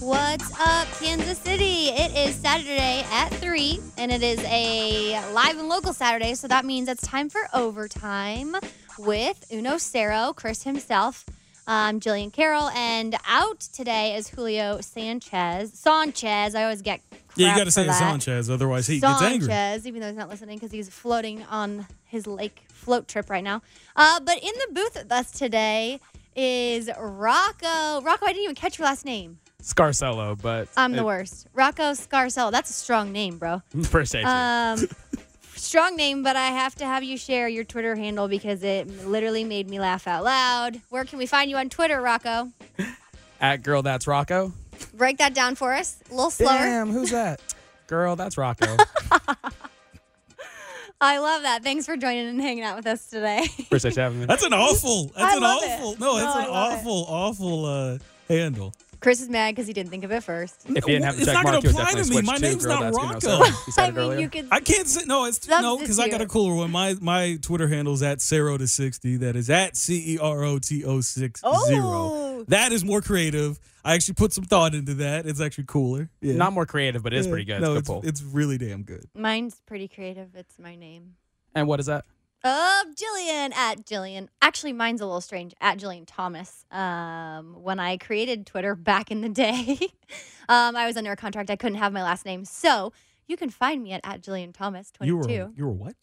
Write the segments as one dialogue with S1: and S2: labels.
S1: What's up, Kansas City? It is Saturday at 3, and it is a live and local Saturday, so that means it's time for overtime with Uno Cero, Chris himself, um, Jillian Carroll, and out today is Julio Sanchez. Sanchez, I always get
S2: Yeah, you
S1: crap
S2: got to
S1: for
S2: say
S1: that.
S2: Sanchez, otherwise he gets angry.
S1: Sanchez, even though he's not listening because he's floating on his lake float trip right now. Uh, but in the booth with us today is Rocco. Rocco, I didn't even catch your last name.
S3: Scarcello, but
S1: I'm the
S3: it-
S1: worst. Rocco Scarcello. That's a strong name, bro.
S3: Appreciate you.
S1: Um, strong name, but I have to have you share your Twitter handle because it literally made me laugh out loud. Where can we find you on Twitter, Rocco?
S3: At girl, that's Rocco.
S1: Break that down for us a little slower.
S3: Damn, who's that? Girl, that's Rocco.
S1: I love that. Thanks for joining and hanging out with us today.
S3: Appreciate you having me.
S2: That's an awful.
S1: I
S2: That's an
S1: love it.
S2: awful. No, that's
S1: No, I
S2: an
S1: love it.
S2: awful, awful uh, handle.
S1: Chris is mad because he didn't think of it first.
S3: If you didn't have the
S2: It's
S3: check
S2: not
S3: mark,
S2: gonna
S3: you would
S2: apply
S3: definitely
S2: to me.
S3: switch
S2: My
S3: to
S2: name's
S3: girl,
S2: not
S3: that's
S2: Rocco.
S3: Rocco. You said
S1: I
S3: it
S1: mean,
S3: earlier.
S1: you could.
S2: I can't say no. It's no because I got a
S1: Substitute.
S2: cooler one. My my Twitter handle's at Cero to sixty. That is at C E R O T O six
S1: Oh.
S2: zero. That is more creative. I actually put some thought into that. It's actually cooler. Yeah.
S3: Not more creative, but it is pretty good. it's a
S2: No,
S3: good
S2: it's,
S3: pull.
S2: it's really damn good.
S1: Mine's pretty creative. It's my name.
S3: and what is that?
S1: Of Jillian at Jillian. Actually, mine's a little strange at Jillian Thomas. Um, when I created Twitter back in the day, um, I was under a contract. I couldn't have my last name, so you can find me at, at Jillian Thomas twenty
S2: You were
S1: two.
S2: you were what?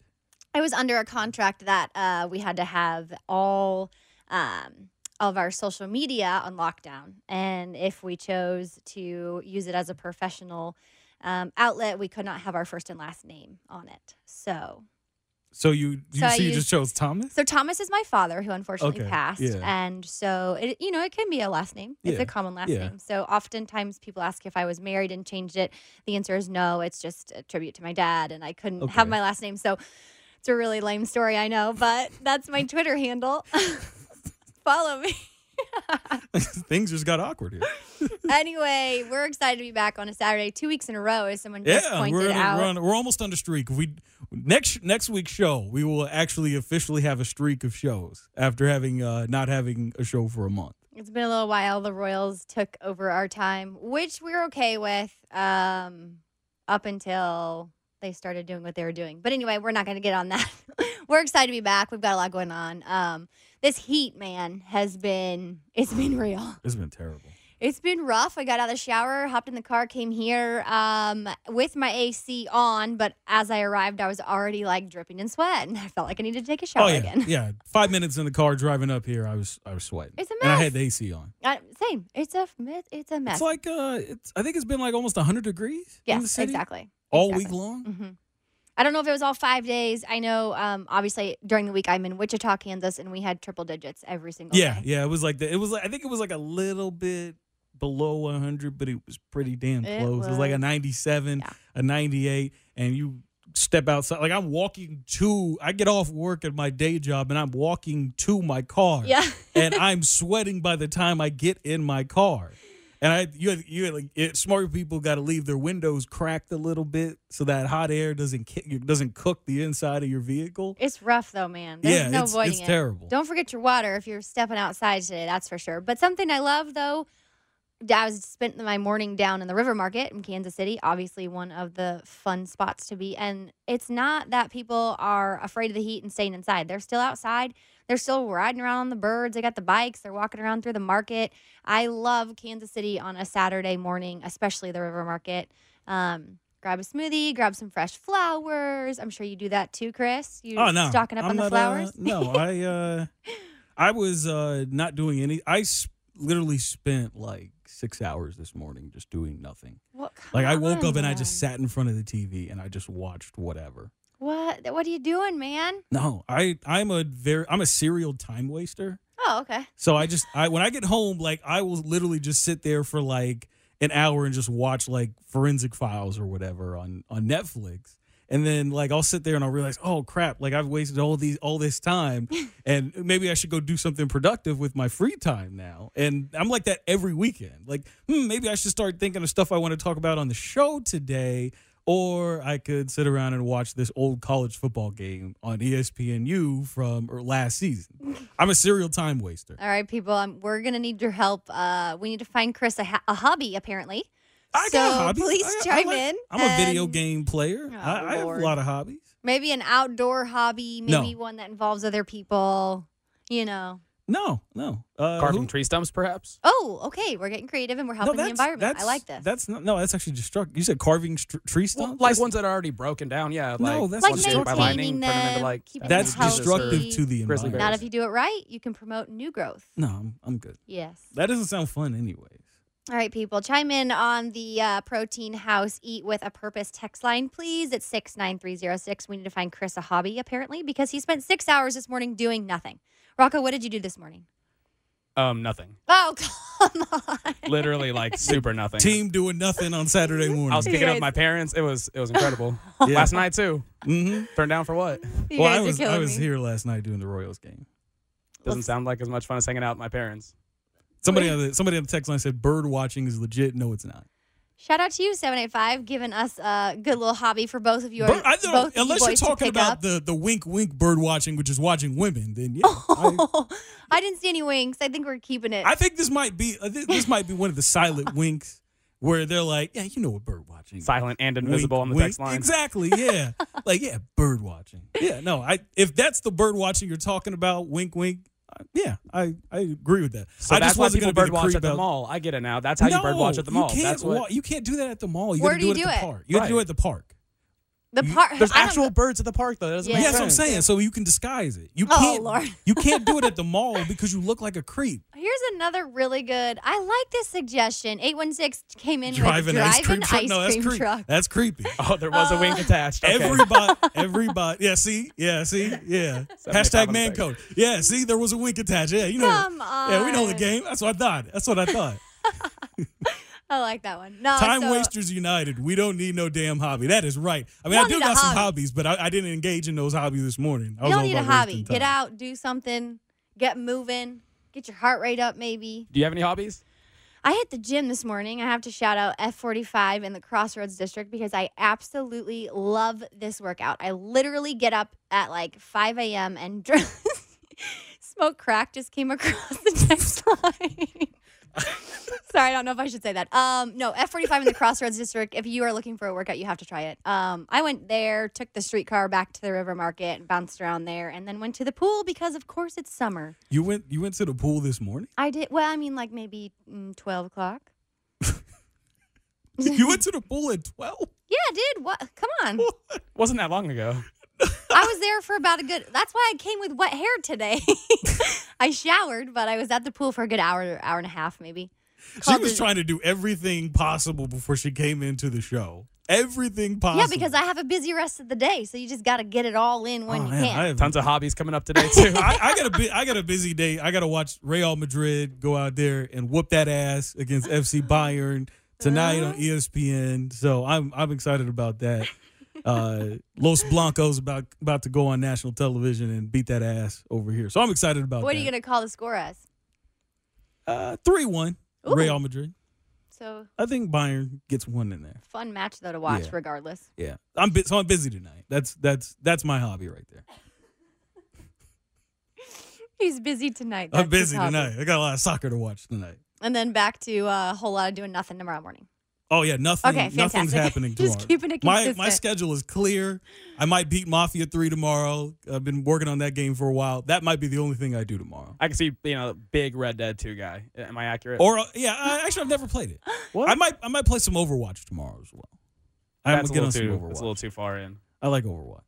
S1: I was under a contract that uh, we had to have all um, of our social media on lockdown. And if we chose to use it as a professional um, outlet, we could not have our first and last name on it. So,
S2: So you
S1: So
S2: you, so
S1: I
S2: you
S1: used-
S2: just chose Thomas?
S1: so Thomas is my father, who unfortunately
S2: Okay,
S1: passed.
S2: yeah.
S1: And so, it, you know, it can be a last name. It's
S2: Yeah,
S1: a common last
S2: yeah.
S1: name. So oftentimes people ask if I was married and changed it. The answer is no. It's just a tribute to my dad, and I couldn't have
S2: Okay.
S1: my last name. So it's a really lame story, I know, but that's my Twitter handle. Follow me.
S2: Things just got awkward here.
S1: Anyway, we're excited to be back on a Saturday, two weeks in a row, as someone just
S2: Yeah,
S1: pointed
S2: we're gonna
S1: out.
S2: run. We're almost on the streak. We next next week's show, we will actually officially have a streak of shows after having uh not having a show for a month.
S1: It's been a little while. The Royals took over our time, which we're okay with um, up until they started doing what they were doing. But anyway, we're not going to get on that. we're excited to be back. We've got a lot going on. Um, this heat, man, has been, it's been real.
S2: It's been terrible.
S1: It's been rough. I got out of the shower, hopped in the car, came here um, with my AC on. But as I arrived, I was already like dripping in sweat and I felt like I needed to take a shower
S2: oh yeah,
S1: again.
S2: yeah. Five minutes in the car driving up here, I was I was sweating.
S1: It's a
S2: And I
S1: mess.
S2: had the AC on.
S1: Uh, same. It's a, it's a mess.
S2: It's like uh, it's I think it's been like almost hundred degrees. in
S1: yeah,
S2: the city
S1: exactly.
S2: All
S1: exactly.
S2: week long.
S1: hmm I don't know if it was all five days. I know, um, obviously, during the week I'm in Wichita, Kansas, and we had triple digits every single
S2: Yeah,
S1: day.
S2: yeah. It was like the, it was. Like, I think it was like a little bit below hundred, but it was pretty damn
S1: It
S2: close. It was, like a
S1: was.
S2: ninety-seven,
S1: Yeah.
S2: a ninety-eight, and you step outside. Like I'm walking to. I get off work at my day job, and I'm walking to my car.
S1: Yeah.
S2: and I'm sweating by the time I get in my car. And I, you, had- you had, like it, smart people got to leave their windows cracked a little bit so that hot air doesn't ki- doesn't cook the inside of your vehicle.
S1: It's rough though, man. There's
S2: yeah,
S1: no
S2: it's,
S1: avoiding
S2: it's
S1: it.
S2: terrible.
S1: Don't forget your water if you're stepping outside today, that's for sure. But something I love though, I was spent my morning down in the river market in Kansas City, obviously one of the fun spots to be. And it's not that people are afraid of the heat and staying inside. They're still outside. They're still riding around on the birds. They got the bikes. They're walking around through the market. I love Kansas City on a Saturday morning, especially the river market. Um, grab a smoothie, grab some fresh flowers. I'm sure you do that too, Chris. You
S2: Oh no,
S1: stocking up
S2: I'm
S1: on the
S2: not,
S1: flowers.
S2: Uh, no, I uh, I was uh, not doing any. I s- literally spent like six hours this morning just doing nothing.
S1: What,
S2: Like I woke up and I just
S1: sat.
S2: sat in front of the TV and I just watched whatever.
S1: What? What are you doing, man?
S2: No, I I'm a very I'm a serial time waster.
S1: Oh, okay.
S2: So I just I when I get home, like I will literally just sit there for like an hour and just watch like forensic files or whatever on on Netflix. And then like I'll sit there and I'll realize, oh crap, like I've wasted all these all this time and maybe I should go do something productive with my free time now. And I'm like that every weekend. Like, hmm, maybe I should start thinking of stuff I want to talk about on the show today. Or I could sit around and watch this old college football game on E ESPNU from or last season. I'm a serial time waster.
S1: All right, people. Um, we're gonna need your help. Uh, we need to find Chris a, ha- a hobby, apparently.
S2: I
S1: so
S2: got hobbies.
S1: please
S2: I- I
S1: chime
S2: like-
S1: in.
S2: I'm a video
S1: and
S2: game player.
S1: Oh,
S2: I, I have a
S1: Lord.
S2: lot of hobbies.
S1: Maybe an outdoor hobby.
S2: No.
S1: Maybe one that involves other people. You know.
S2: No, no. Uh,
S3: Carving
S2: who-
S3: tree stumps, perhaps.
S1: Oh, okay. We're getting creative and we're helping the
S2: that's-
S1: environment. I
S2: that's-
S1: like this.
S2: That's not, no, that's actually destructive. You said carving str- tree
S3: Well,
S2: stumps?
S3: like
S2: That's-
S3: ones that are already broken down. Yeah, like
S2: No, that's
S1: like
S2: ones
S3: struck
S2: destructive.
S3: by
S2: maintaining
S3: lightning, turn them into like
S1: keeping
S2: That's
S1: them healthy.
S2: destructive to the
S3: Grizzly
S2: environment.
S3: bears.
S1: Not if you do it right. You can promote new growth.
S2: No, I'm, I'm good.
S1: Yes.
S2: That doesn't sound fun, anyways.
S1: All right, people, chime in on the uh, Protein House Eat with a Purpose text line, please. It's 69306. We need to find Chris a hobby, apparently, because he spent six hours this morning doing nothing. Rocco, what did you do this morning?
S3: um nothing.
S1: Oh, come on.
S3: Literally like super nothing.
S2: Team doing nothing on Saturday morning.
S3: I was kicking up
S1: guys-
S3: with my parents. It was it was incredible. Last night too.
S2: hmm
S3: Turned down for what?
S1: You
S2: Well,
S1: guys
S2: I
S1: are
S2: was,
S1: killing
S2: I was
S1: me.
S2: here last night doing the Royals game.
S3: Doesn't sound like as much fun as hanging out with my parents.
S2: Somebody on the somebody on the text line said bird watching is legit. No, it's not.
S1: Shout out to you, 785, giving us a good little hobby for both of you.
S2: Bird, I
S1: both
S2: don't,
S1: of you
S2: unless you're
S1: boys to
S2: talking
S1: pick
S2: about
S1: up.
S2: the, the wink wink bird watching, which is watching women, then yeah. I-
S1: I didn't see any winks. I think we're keeping it.
S2: I think this might be uh, thi- this might be one of the silent winks where they're like, yeah, you know what bird watching. is."
S3: Silent and
S2: Wink,
S3: invisible on the
S2: wink.
S3: text line.
S2: Exactly, yeah. like yeah, bird watching. Yeah, no, I if that's the bird watching you're talking about, wink wink. uh, Yeah, I, I agree with that.
S3: So
S2: I
S3: that's
S2: just
S3: why
S2: wasn't
S3: people
S2: gonna be
S3: bird watch
S2: creep
S3: at the
S2: out-
S3: mall. I get it now. That's how you bird watch at the
S2: No,
S3: mall.
S2: You can't,
S3: That's what.
S2: wa- you can't do that at the mall. You
S1: Where
S2: gotta
S1: do you
S2: it
S1: do
S2: at
S1: it?
S2: the park. You gotta do
S3: Right.
S2: it at the park.
S1: the part.
S3: There's
S1: I don't
S3: actual
S1: go-
S3: birds at the park though. That doesn't
S1: Yeah.
S3: make
S2: Yeah, that's what I'm
S3: sense.
S2: saying. So you can disguise it. You
S1: Oh,
S2: can't.
S1: Lord.
S2: You can't do it at the mall because you look like a creep.
S1: Here's another really good. I like this suggestion. 816 came in
S2: Drive
S1: with
S2: an
S1: drive
S2: ice cream
S1: an
S2: truck.
S1: ice
S2: no, that's
S1: cream
S2: creepy.
S1: truck.
S2: That's creepy.
S3: Oh, there
S2: Uh,
S3: was a wink attached. Okay.
S2: Everybody, everybody. Yeah, see, yeah, see, yeah. Hashtag
S3: on
S2: man
S3: the
S2: code. Yeah, see, there was a wink attached. Yeah, you know.
S1: Come
S2: Yeah, we know the
S1: on.
S2: game. That's what I thought. That's what I thought.
S1: I like that one. No,
S2: Time
S1: Oh, so-
S2: wasters united. We don't need no damn hobby. That is right. I mean,
S1: You
S2: I
S1: don't
S2: do
S1: need a
S2: got some
S1: hobby.
S2: hobbies, but I, I didn't engage in those hobbies this morning. I
S1: You
S2: was
S1: don't
S2: all
S1: need a
S2: about wasting
S1: hobby. Get
S2: time.
S1: out, do something, get moving, get your heart rate up. Maybe
S3: Do you have any hobbies?
S1: I hit the gym this morning. I have to shout out F45 in the Crossroads District because I absolutely love this workout. I literally get up at like 5 a.m. and dr- smoke crack just came across the text line. Sorry, I don't know if I should say that. Um, no, F45 in the Crossroads District. If you are looking for a workout, you have to try it. Um, I went there, took the streetcar back to the river market, bounced around there, and then went to the pool because, of course, it's summer.
S2: You went. You went to the pool this morning.
S1: I did, well, I mean, like maybe mm, 12 o'clock.
S2: you went to the pool at twelve.
S1: Yeah, dude. What? Come on.
S3: Wasn't that long ago.
S1: I was there for about a good. That's why I came with wet hair today. I showered, but I was at the pool for a good hour, hour and a half, maybe.
S2: She
S1: Called
S2: was
S1: the-
S2: trying to do everything possible before she came into the show. Everything possible.
S1: Yeah, because I have a busy rest of the day, so you just got to get it all in when
S2: Oh,
S1: you
S2: man,
S1: can.
S2: I have-
S3: Tons of hobbies coming up today too.
S2: I, I got a bu- I got a busy day. I got to watch Real Madrid go out there and whoop that ass against FC Bayern tonight
S1: Uh-huh.
S2: on E ESPN. So I'm I'm excited about that. Uh, Los Blancos about about to go on national television and beat that ass over here. So I'm excited about
S1: what
S2: that.
S1: are you gonna call the score as?
S2: gonna three one
S1: Ooh.
S2: Real Madrid?
S1: So
S2: I think Bayern gets one in there.
S1: fun match though to watch,
S2: Yeah.
S1: regardless.
S2: Yeah, I'm bu- so I'm busy tonight. That's that's that's my hobby right there.
S1: He's busy tonight.
S2: I'm
S1: that's his
S2: busy
S1: hobby.
S2: tonight. I got a lot of soccer to watch tonight.
S1: And then back to uh, a whole lot of doing nothing tomorrow morning.
S2: Oh yeah, nothing.
S1: Okay,
S2: nothing's
S1: fantastic.
S2: happening tomorrow.
S1: Just keeping it
S2: my my
S1: consistent.
S2: schedule is clear. I might beat Mafia Three tomorrow. I've been working on that game for a while. That might be the only thing I do tomorrow.
S3: I can see you know big Red Dead Two guy. Am I accurate?
S2: Or uh, yeah, I, actually I've never played it.
S3: What?
S2: I might I might play some Overwatch tomorrow as well. I'm
S3: that's
S2: gonna
S3: a
S2: get
S3: little
S2: on
S3: too.
S2: some
S3: That's a little
S2: Overwatch.
S3: too far in.
S2: I like Overwatch.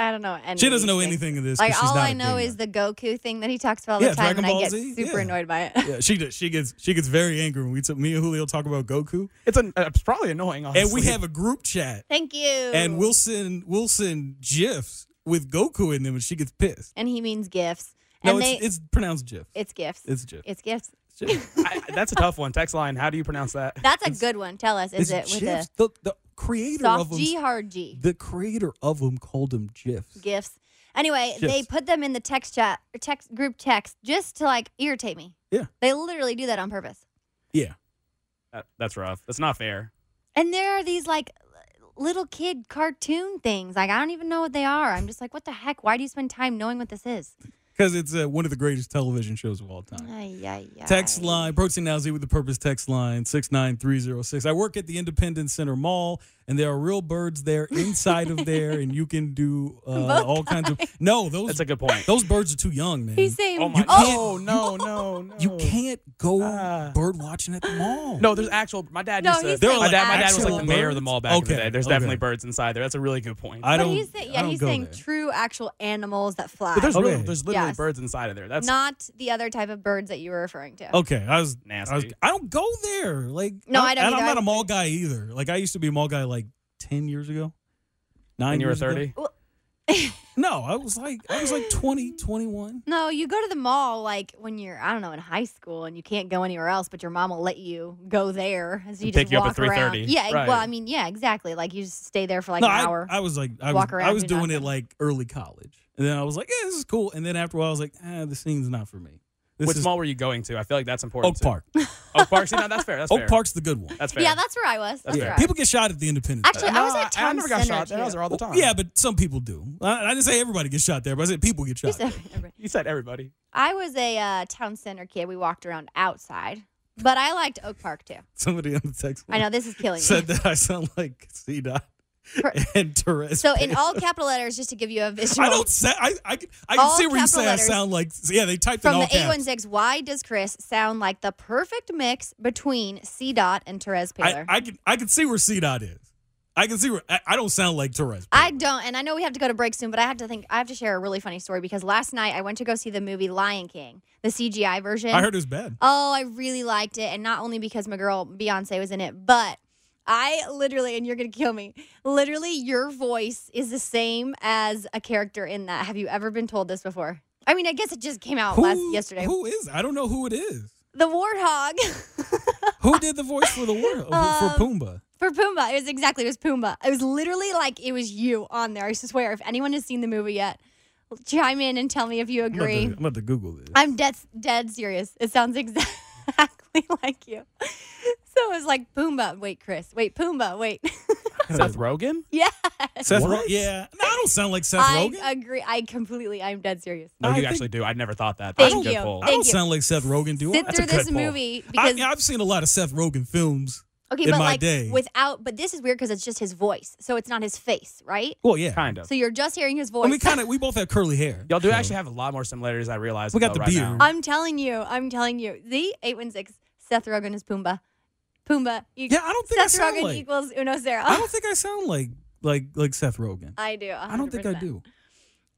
S1: I don't know. Any
S2: She
S1: of
S2: doesn't
S1: these
S2: know
S1: things.
S2: anything of this. 'cause
S1: Like
S2: she's
S1: all
S2: not
S1: I
S2: a
S1: know
S2: gamer.
S1: is the Goku thing that he talks about all
S2: Yeah,
S1: the time,
S2: Dragon
S1: and I
S2: Ball
S1: get
S2: Z,
S1: super
S2: yeah.
S1: annoyed by it.
S2: Yeah, she does. She gets she gets very angry when we t- me and Julio talk about Goku,
S3: It's, an, uh, it's probably annoying. Honestly.
S2: and we have a group chat,
S1: Thank you.
S2: and we'll send we'll send gifs with Goku in them, and she gets pissed.
S1: and he means gifts.
S2: No,
S1: and
S2: it's,
S1: they,
S2: it's pronounced gif.
S1: it's gifts.
S2: It's gif.
S1: It's gifts.
S2: It's gif.
S3: I, that's a tough one. Text line. How do you pronounce that?
S1: That's a good one. Tell us, is it
S2: It's
S1: with
S2: gifs.
S1: a
S2: The, the creator of
S1: soft
S2: them,
S1: G, hard G?
S2: the creator of them called them gifs.
S1: Gifts. Anyway, they
S2: Gifs.
S1: put them in the text chat or text group text just to like irritate me.
S2: Yeah.
S1: They literally do that on purpose.
S2: Yeah,
S3: That- that's rough. That's not fair.
S1: And there are these like l- little kid cartoon things. Like I don't even know what they are. I'm just like, what the heck? Why do you spend time knowing what this is?
S2: because it's uh, one of the greatest television shows of all time.
S1: Ay, ay, ay.
S2: Text line, Protein Lousy with the Purpose text line 69306. I work at the Independence Center Mall, and there are real birds there inside of there, and you can do uh, all kinds of. No, those
S3: That's a good point.
S2: those birds are too young, man.
S1: He's saying,
S3: Oh my!
S2: Oh,
S3: no, no, no!
S2: you can't go
S3: Ah.
S2: bird watching at the mall.
S3: No, there's actual. My dad
S1: No,
S3: used
S1: he
S3: to.
S1: said
S3: My dad, my dad was
S2: actual
S3: like the mayor of the
S2: birds.
S3: mall back in
S2: Okay,
S3: the day. There's
S2: okay.
S3: definitely birds inside there. That's a really good point.
S2: I
S1: but
S2: don't.
S1: he's saying,
S2: I
S1: yeah,
S2: don't
S1: he's
S2: go
S1: saying
S2: there.
S1: true actual animals that fly,
S3: but there's
S2: Okay.
S3: really, there's literally
S1: Yes.
S3: birds inside of there. That's Oh.
S1: not the other type of birds that you were referring to.
S2: Okay, I was I, was,
S3: Nasty.
S2: I don't go there. Like
S1: No, I don't
S2: And I'm
S1: either.
S2: not a mall guy either. Like I used to be a mall guy like ten years ago. Nine
S3: when you were
S2: years ago.
S3: 30.
S2: No, I was like I was like 20, 21.
S1: No, you go to the mall like when you're, I don't know, in high school and you can't go anywhere else, but your mom will let you go there. And so you
S3: And pick
S1: just
S3: you up
S1: walk
S3: at 3:30.
S1: around. Yeah,
S3: Right.
S1: well, I mean, yeah, exactly. Like you just stay there for like
S2: no,
S1: an
S2: I,
S1: hour.
S2: I was like I was,
S1: Walk around,
S2: I was
S1: do
S2: doing it
S1: nothing.
S2: like early college, and then I was like, yeah, this is cool. And then after a while, I was like, ah, this thing's not for me. This
S3: Which
S2: is
S3: mall were you going to? I feel like that's important.
S2: Oak
S3: too.
S2: Park.
S3: Oak Park. See, no, that's fair. That's
S2: Oak
S3: fair.
S2: Park's the good one.
S3: That's fair.
S1: yeah, that's where I was. That's
S3: Yeah.
S1: where I was.
S2: People get shot at the Independence. Day.
S1: Actually, I was
S3: No,
S1: at
S3: I
S1: Tom's
S3: never got
S1: Center,
S3: shot there. I
S1: too.
S3: was there all the time.
S2: Oh, Yeah, but some people do. I, I didn't say everybody gets shot there, but I said people get
S1: You
S2: shot.
S1: said-
S3: You said everybody.
S1: I was a uh, town center kid. We walked around outside, but I liked Oak Park too.
S2: Somebody on the text
S1: I know this is killing me.
S2: said that I sound like C dot
S1: Per-
S2: and Torres.
S1: So in all capital letters, just to give you a visual.
S2: I don't say I I, can- I can
S1: All
S2: see where you say
S1: capital
S2: I
S1: letters.
S2: sound like yeah they typed in
S1: From
S2: all
S1: the
S2: caps.
S1: 816, why does Chris sound like the perfect mix between C. Dot and Therese
S2: I,
S1: Paler? I,
S2: I can I can see where C dot is. I can see where I, I don't sound like Torres.
S1: don't, and I know we have to go to break soon, but I have to think, I have to share a really funny story because last night I went to go see the movie Lion King, the CGI version.
S2: I heard it was bad.
S1: Oh, I really liked it. And not only because my girl Beyonce was in it, but I literally, and you're going to kill me, literally, your voice is the same as a character in that. Have you ever been told this before? I mean, I guess it just came out last yesterday.
S2: Who is? I don't know who it is.
S1: The warthog.
S2: Who did the voice for the world for
S1: Um,
S2: Pumbaa?
S1: For Pumbaa, it was exactly it was Pumbaa. It was literally like it was you on there. I swear, if anyone has seen the movie yet, chime in and tell me if you
S2: I'm about, to,
S1: agree.
S2: I'm about to Google this.
S1: I'm dead dead serious. It sounds exactly like you. So it was like Pumbaa. Wait, Chris. Wait, Pumbaa. Wait.
S3: Seth Rogen.
S1: yeah,
S2: Seth Ro-
S3: What?
S2: Yeah, no, I don't sound like Seth
S1: I
S2: Rogen.
S1: agree. I completely. I'm dead serious.
S3: No,
S2: I
S3: you
S2: think-
S3: actually do. I never thought that. That's
S1: Thank
S3: a good
S1: you.
S3: poll.
S2: I
S1: Thank
S2: don't
S1: you.
S2: sound like Seth Rogen. Do I?
S1: Sit
S2: That's a
S1: through
S2: good
S1: this
S2: poll.
S1: movie
S2: I,
S1: because
S2: I've seen a lot of Seth Rogen films.
S1: okay,
S2: in
S1: but
S2: my
S1: like
S2: day.
S1: without, but this is weird because it's just his voice, so it's not his face, right?
S2: Well, yeah,
S3: Kind of.
S1: So you're just hearing his voice.
S2: And we kind of we both have curly hair.
S3: Y'all do
S2: so-
S3: actually have a lot more similarities. I realize.
S2: We got
S3: though,
S2: the
S3: right now.
S2: beard.
S1: I'm telling you, I'm telling you. The 816, Seth Rogen is Pumbaa. Pumbaa. You,
S2: Yeah, I don't think I
S1: Seth
S2: sound
S1: Rogen
S2: like-
S1: equals Uno Zero.
S2: I don't think I sound like like like Seth Rogen.
S1: I do. 100%.
S2: I don't think I do.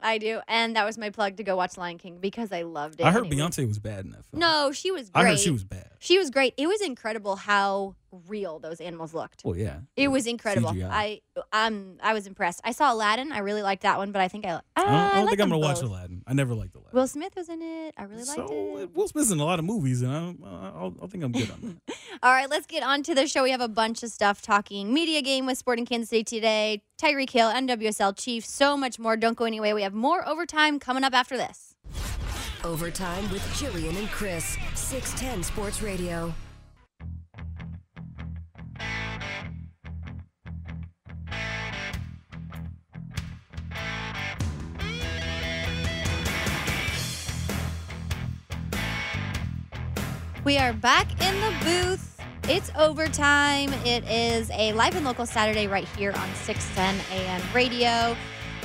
S1: I do. And that was my plug to go watch Lion King because I loved it.
S2: I heard
S1: and it was-
S2: Beyonce was bad in that film.
S1: No, she was
S2: I
S1: great.
S2: heard she was bad.
S1: She was great. It was incredible how real those animals looked.
S2: Well, yeah,
S1: It was incredible.
S2: CGI.
S1: I um I was impressed. I saw Aladdin. I really liked that one, but I think I
S2: I don't, I don't think I'm
S1: going
S2: gonna
S1: to
S2: watch Aladdin. I never liked Aladdin.
S1: Will Smith was in it. I really liked
S2: so uh,
S1: it.
S2: Will Smith's in a lot of movies, and I don't, I don't, I think I'm good on that.
S1: All right, let's get on to the show. We have a bunch of stuff talking media game with Sporting Kansas City today, Tyreek Hill, NWSL Chief, so much more. Don't go anyway. We have more overtime coming up after this.
S4: Overtime with Jillian and Chris, 610 Sports Radio.
S1: We are back in the booth. It's overtime. It is a live and local Saturday right here on 610 AM radio.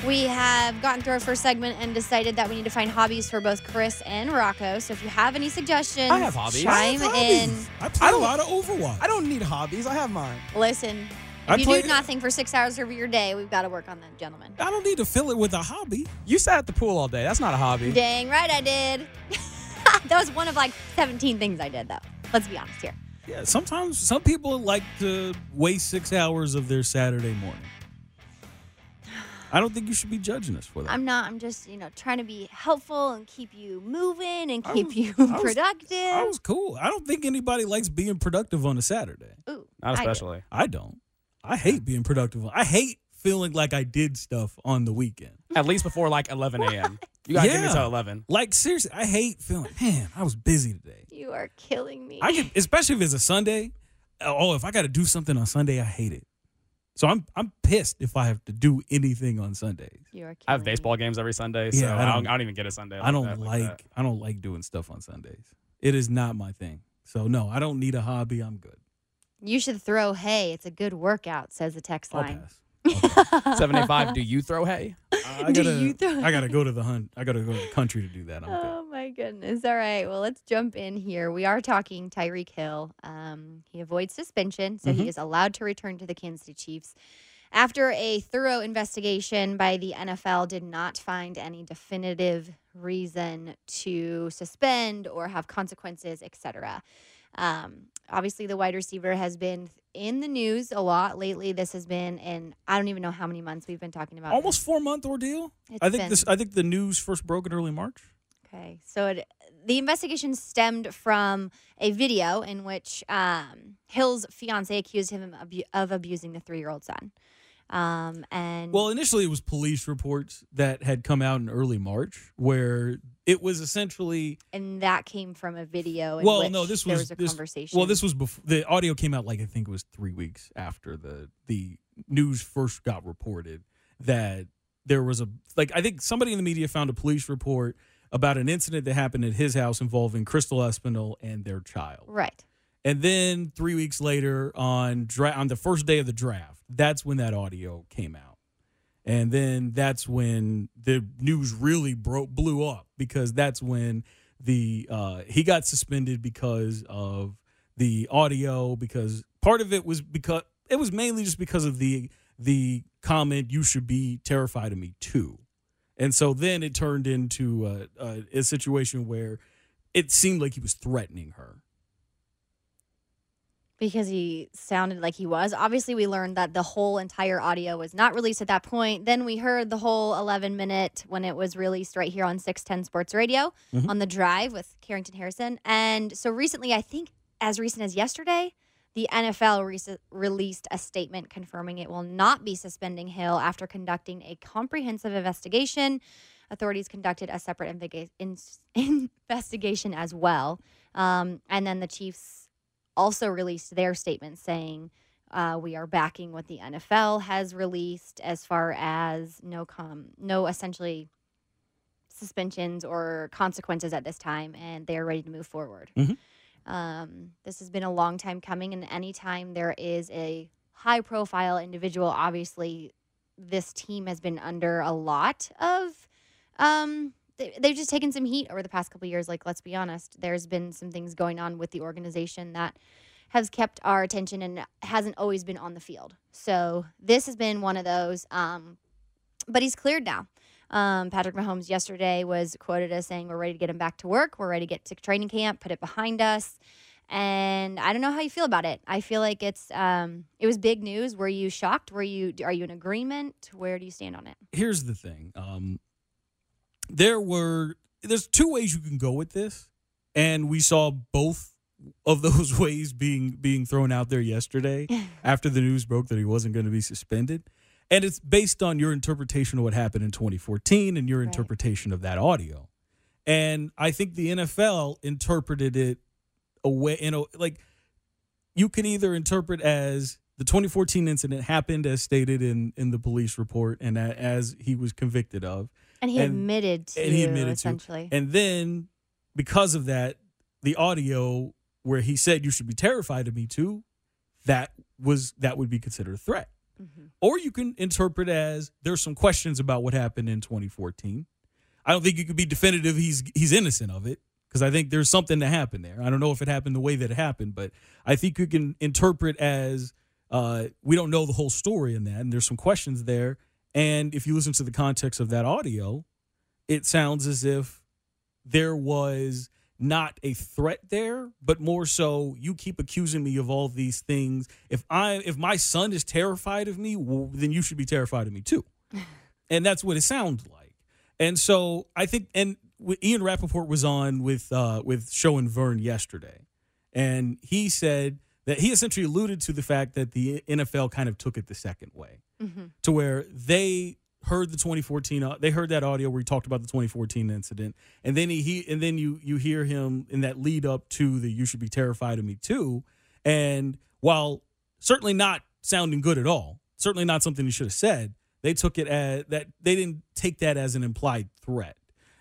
S1: We have gotten through our first segment and decided that we need to find hobbies for both Chris and Rocco. So if you have any suggestions,
S3: I have hobbies.
S1: chime
S2: I have
S1: in.
S2: hobbies. I play a lot of Overwatch.
S3: don't need hobbies. I have mine.
S1: Listen,
S2: I
S1: If you
S2: play-
S1: do nothing for six hours of your day, we've got to work on that, gentlemen.
S2: I don't need to fill it with a hobby.
S3: You sat at the pool all day. That's not a hobby.
S1: Dang right I did. that was one of like 17 things I did, though. Let's be honest here.
S2: Yeah, sometimes some people like to waste six hours of their Saturday morning. I don't think you should be judging us for that.
S1: I'm not. I'm just, you know, trying to be helpful and keep you moving and
S2: I
S1: keep
S2: was-
S1: you
S2: I was-
S1: productive.
S2: I was cool. I don't think anybody likes being productive on a Saturday.
S1: Ooh,
S3: Not
S1: I did.
S3: especially.
S2: I don't. I hate being productive. I hate feeling like I did stuff on the weekend.
S3: At least before like 11 a.m. You gotta give me
S2: Yeah.
S3: till 11.
S2: Like seriously, I hate feeling. Man, I was busy today.
S1: You are killing me.
S2: I can, especially if it's a Sunday. Oh, if I got to do something on Sunday, I hate it. So I'm I'm pissed if I have to do anything on Sundays.
S1: you are killing
S3: I have baseball games every Sunday, so
S2: Yeah, I
S3: I, don't,
S2: don't-
S3: I don't even get a Sunday.
S2: I don't
S3: that,
S2: like
S3: that.
S2: I don't like doing stuff on Sundays. It is not my thing. So no, I don't need a hobby. I'm good.
S1: Me. You should throw hay. It's a good workout, says the text
S2: I'll
S1: line.
S2: pass. I'll pass.
S3: 785, do you throw hay?
S2: Uh, I
S1: Do
S2: gotta
S1: you throw-
S2: I gotta go to the hunt. I gotta go to the country to do that. I'm good.
S1: Oh my goodness. All right. Well, let's jump in here. We are talking Tyreek Hill. Um, he avoids suspension, so
S2: Mm-hmm.
S1: he is allowed to return to the Kansas City Chiefs. After a thorough investigation by the NFL did not find any definitive reason to suspend or have consequences, etc. Um, obviously, the wide receiver has been in the news a lot lately. This has been in I don't even know how many months we've been talking about. this.
S2: Almost four month ordeal.
S1: It's
S2: I think
S1: been- Mm-hmm.
S2: this. I think the news first broke in early March.
S1: Okay, so it, the investigation stemmed from a video in which um, Hill's fiance accused him of, abu- of abusing the three-year-old son, um, and
S2: Well, initially it was police reports that had come out in early March where it was essentially
S1: and that came from a video. In
S2: well,
S1: which
S2: no, this
S1: there
S2: was,
S1: was a
S2: this,
S1: conversation.
S2: Well, this was before the audio came out like I think it was 3 weeks after the the news first got reported that there was a like I think somebody in the media found a police report about an incident that happened at his house involving Crystal Espinal and their child.
S1: right.
S2: And then three weeks later, on dra- on the first day of the draft, that's when that audio came out, and then that's when the news really broke, blew up because that's when the uh, he got suspended because of the audio. Because part of it was because it was mainly just because of the the comment "You should be terrified of me too," and so then it turned into a, a, a situation where it seemed like he was threatening her.
S1: Because he sounded like he was. Obviously, we learned that the whole entire audio was not released at that point. Then we heard the whole 11 minute when it was released right here on 610 Sports Radio
S2: Mhm.
S1: on the drive with Carrington Harrison. And so recently, I think as recent as yesterday, the NFL rec- released a statement confirming it will not be suspending Hill after conducting a comprehensive investigation. Authorities conducted a separate inviga- in- investigation as well. Um, and then the Chiefs also released their statement saying, uh, we are backing what the NFL has released as far as no com no essentially suspensions or consequences at this time, and they are ready to move forward.
S2: Mhm.
S1: Um, this has been a long time coming, and anytime there is a high profile individual, obviously this team has been under a lot of um, they, they've just taken some heat over the past couple years. Like, let's be honest, there's been some things going on with the organization that has kept our attention and hasn't always been on the field. So this has been one of those. Um, but he's cleared now. Um, Patrick Mahomes yesterday was quoted as saying, "We're ready to get him back to work. We're ready to get to training camp, put it behind us." And I don't know how you feel about it. I feel like it's um, it was big news. Were you shocked? Were you are you in agreement? Where do you stand on it?
S2: here's the thing. Um, there were there's two ways you can go with this, and we saw both of those ways being being thrown out there yesterday after the news broke that he wasn't going to be suspended. And it's based on your interpretation of what happened in 2014 and your
S1: Right.
S2: interpretation of that audio. And I think the NFL interpreted it away in a like you can either interpret as the 2014 incident happened as stated in in the police report and a- as he was convicted of
S1: And he
S2: And-
S1: admitted to
S2: and he admitted to
S1: essentially.
S2: and then because of that the audio where he said you should be terrified of me too that was that would be considered a threat
S1: Mhm.
S2: or you can interpret as there's some questions about what happened in 2014 i don't think you could be definitive he's he's innocent of it because i think there's something that happened there i don't know if it happened the way that it happened but i think you can interpret as uh, we don't know the whole story in that, and there's some questions there. And if you listen to the context of that audio, it sounds as if there was not a threat there, but more so you keep accusing me of all these things. If I if my son is terrified of me, well, then you should be terrified of me too. and that's what it sounds like. And so I think and w- Ian Rappaport was on with uh with Show and Vern yesterday. And he said that he essentially alluded to the fact that the NFL kind of took it the second way
S1: Mhm.
S2: to where they heard the 2014 au- they heard that audio where he talked about the 2014 incident and then he, he and then you you hear him in that lead up to the you should be terrified of me too and while certainly not sounding good at all certainly not something he should have said they took it as that they didn't take that as an implied threat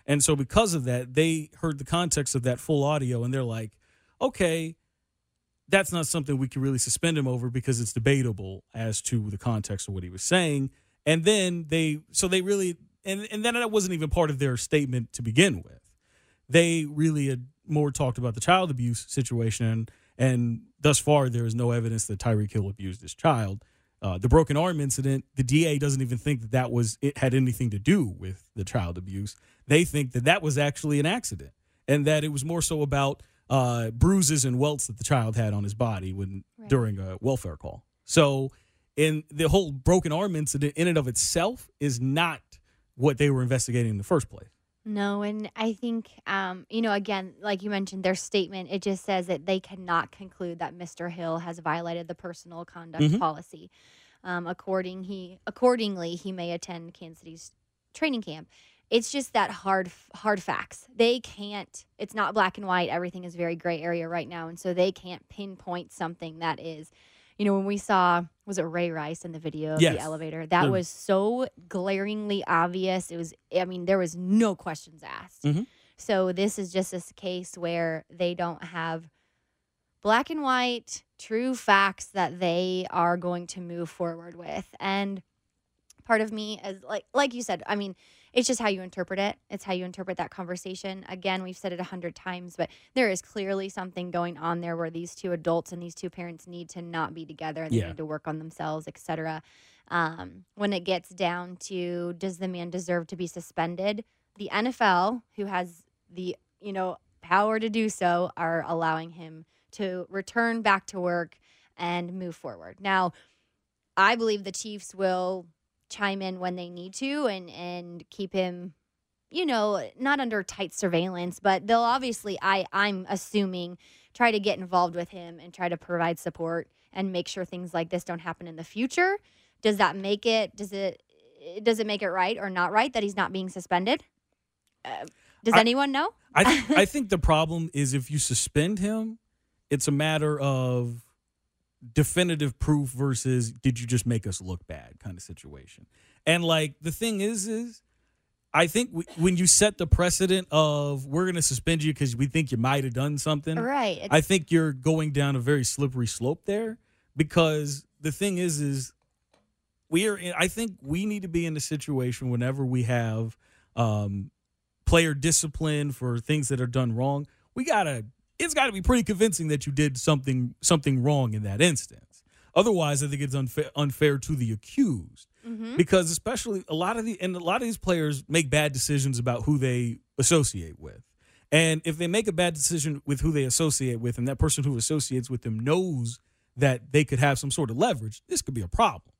S2: and so because of that they heard the context of that full audio and they're like okay that's not something we can really suspend him over because it's debatable as to the context of what he was saying. And then they, so they really, and, and then that wasn't even part of their statement to begin with. They really had more talked about the child abuse situation. And, and thus far, there is no evidence that Tyreek Hill abused his child. Uh, the broken arm incident, the DA doesn't even think that that was, it had anything to do with the child abuse. They think that that was actually an accident and that it was more so about uh, bruises and welts that the child had on his body when
S1: Right.
S2: during a welfare call. So, and the whole broken arm incident in and of itself is not what they were investigating in the first place.
S1: No, and I think, um, you know, again, like you mentioned, their statement, it just says that they cannot conclude that Mr. Hill has violated the personal conduct
S2: Mhm.
S1: policy. Um, according he, accordingly, he may attend Kansas City's training camp. It's just that hard, f- hard facts. They can't. It's not black and white. Everything is very gray area right now, and so they can't pinpoint something that is. You know, when we saw was it Ray Rice in the video of
S2: Yes.
S1: the elevator? That
S2: The-
S1: was so glaringly obvious. It was, I mean, there was no questions asked.
S2: Mhm.
S1: So this is just a s- case where they don't have black and white true facts that they are going to move forward with. And part of me is like, like you said, I mean, it's just how you interpret it. It's how you interpret that conversation. Again, we've said it a hundred times, but there is clearly something going on there where these two adults and these two parents need to not be together and
S2: Yeah.
S1: they need to work on themselves, et cetera um, when it gets down to does the man deserve to be suspended? The NFL, who has the you know power to do so, are allowing him to return back to work and move forward. Now, I believe the Chiefs will chime in when they need to and and keep him you know not under tight surveillance but they'll obviously i i'm assuming try to get involved with him and try to provide support and make sure things like this don't happen in the future does that make it does it does it make it right or not right that he's not being suspended uh, does
S2: I-
S1: anyone know
S2: I th- I think the problem is if you suspend him, it's a matter of definitive proof versus did you just make us look bad kind of situation. And like the thing is is I think w- when you set the precedent of we're going to suspend you cuz we think you might have done something.
S1: right it's,
S2: I think you're going down a very slippery slope there because the thing is is we are in, I think we need to be in a situation whenever we have um player discipline for things that are done wrong. We got to it's got to be pretty convincing that you did something something wrong in that instance. Otherwise, I think it's unfair unfair to the accused
S1: mhm.
S2: because especially a lot of the and a lot of these players make bad decisions about who they associate with and if they make a bad decision with who they associate with and that person who associates with them knows that they could have some sort of leverage this could be a problem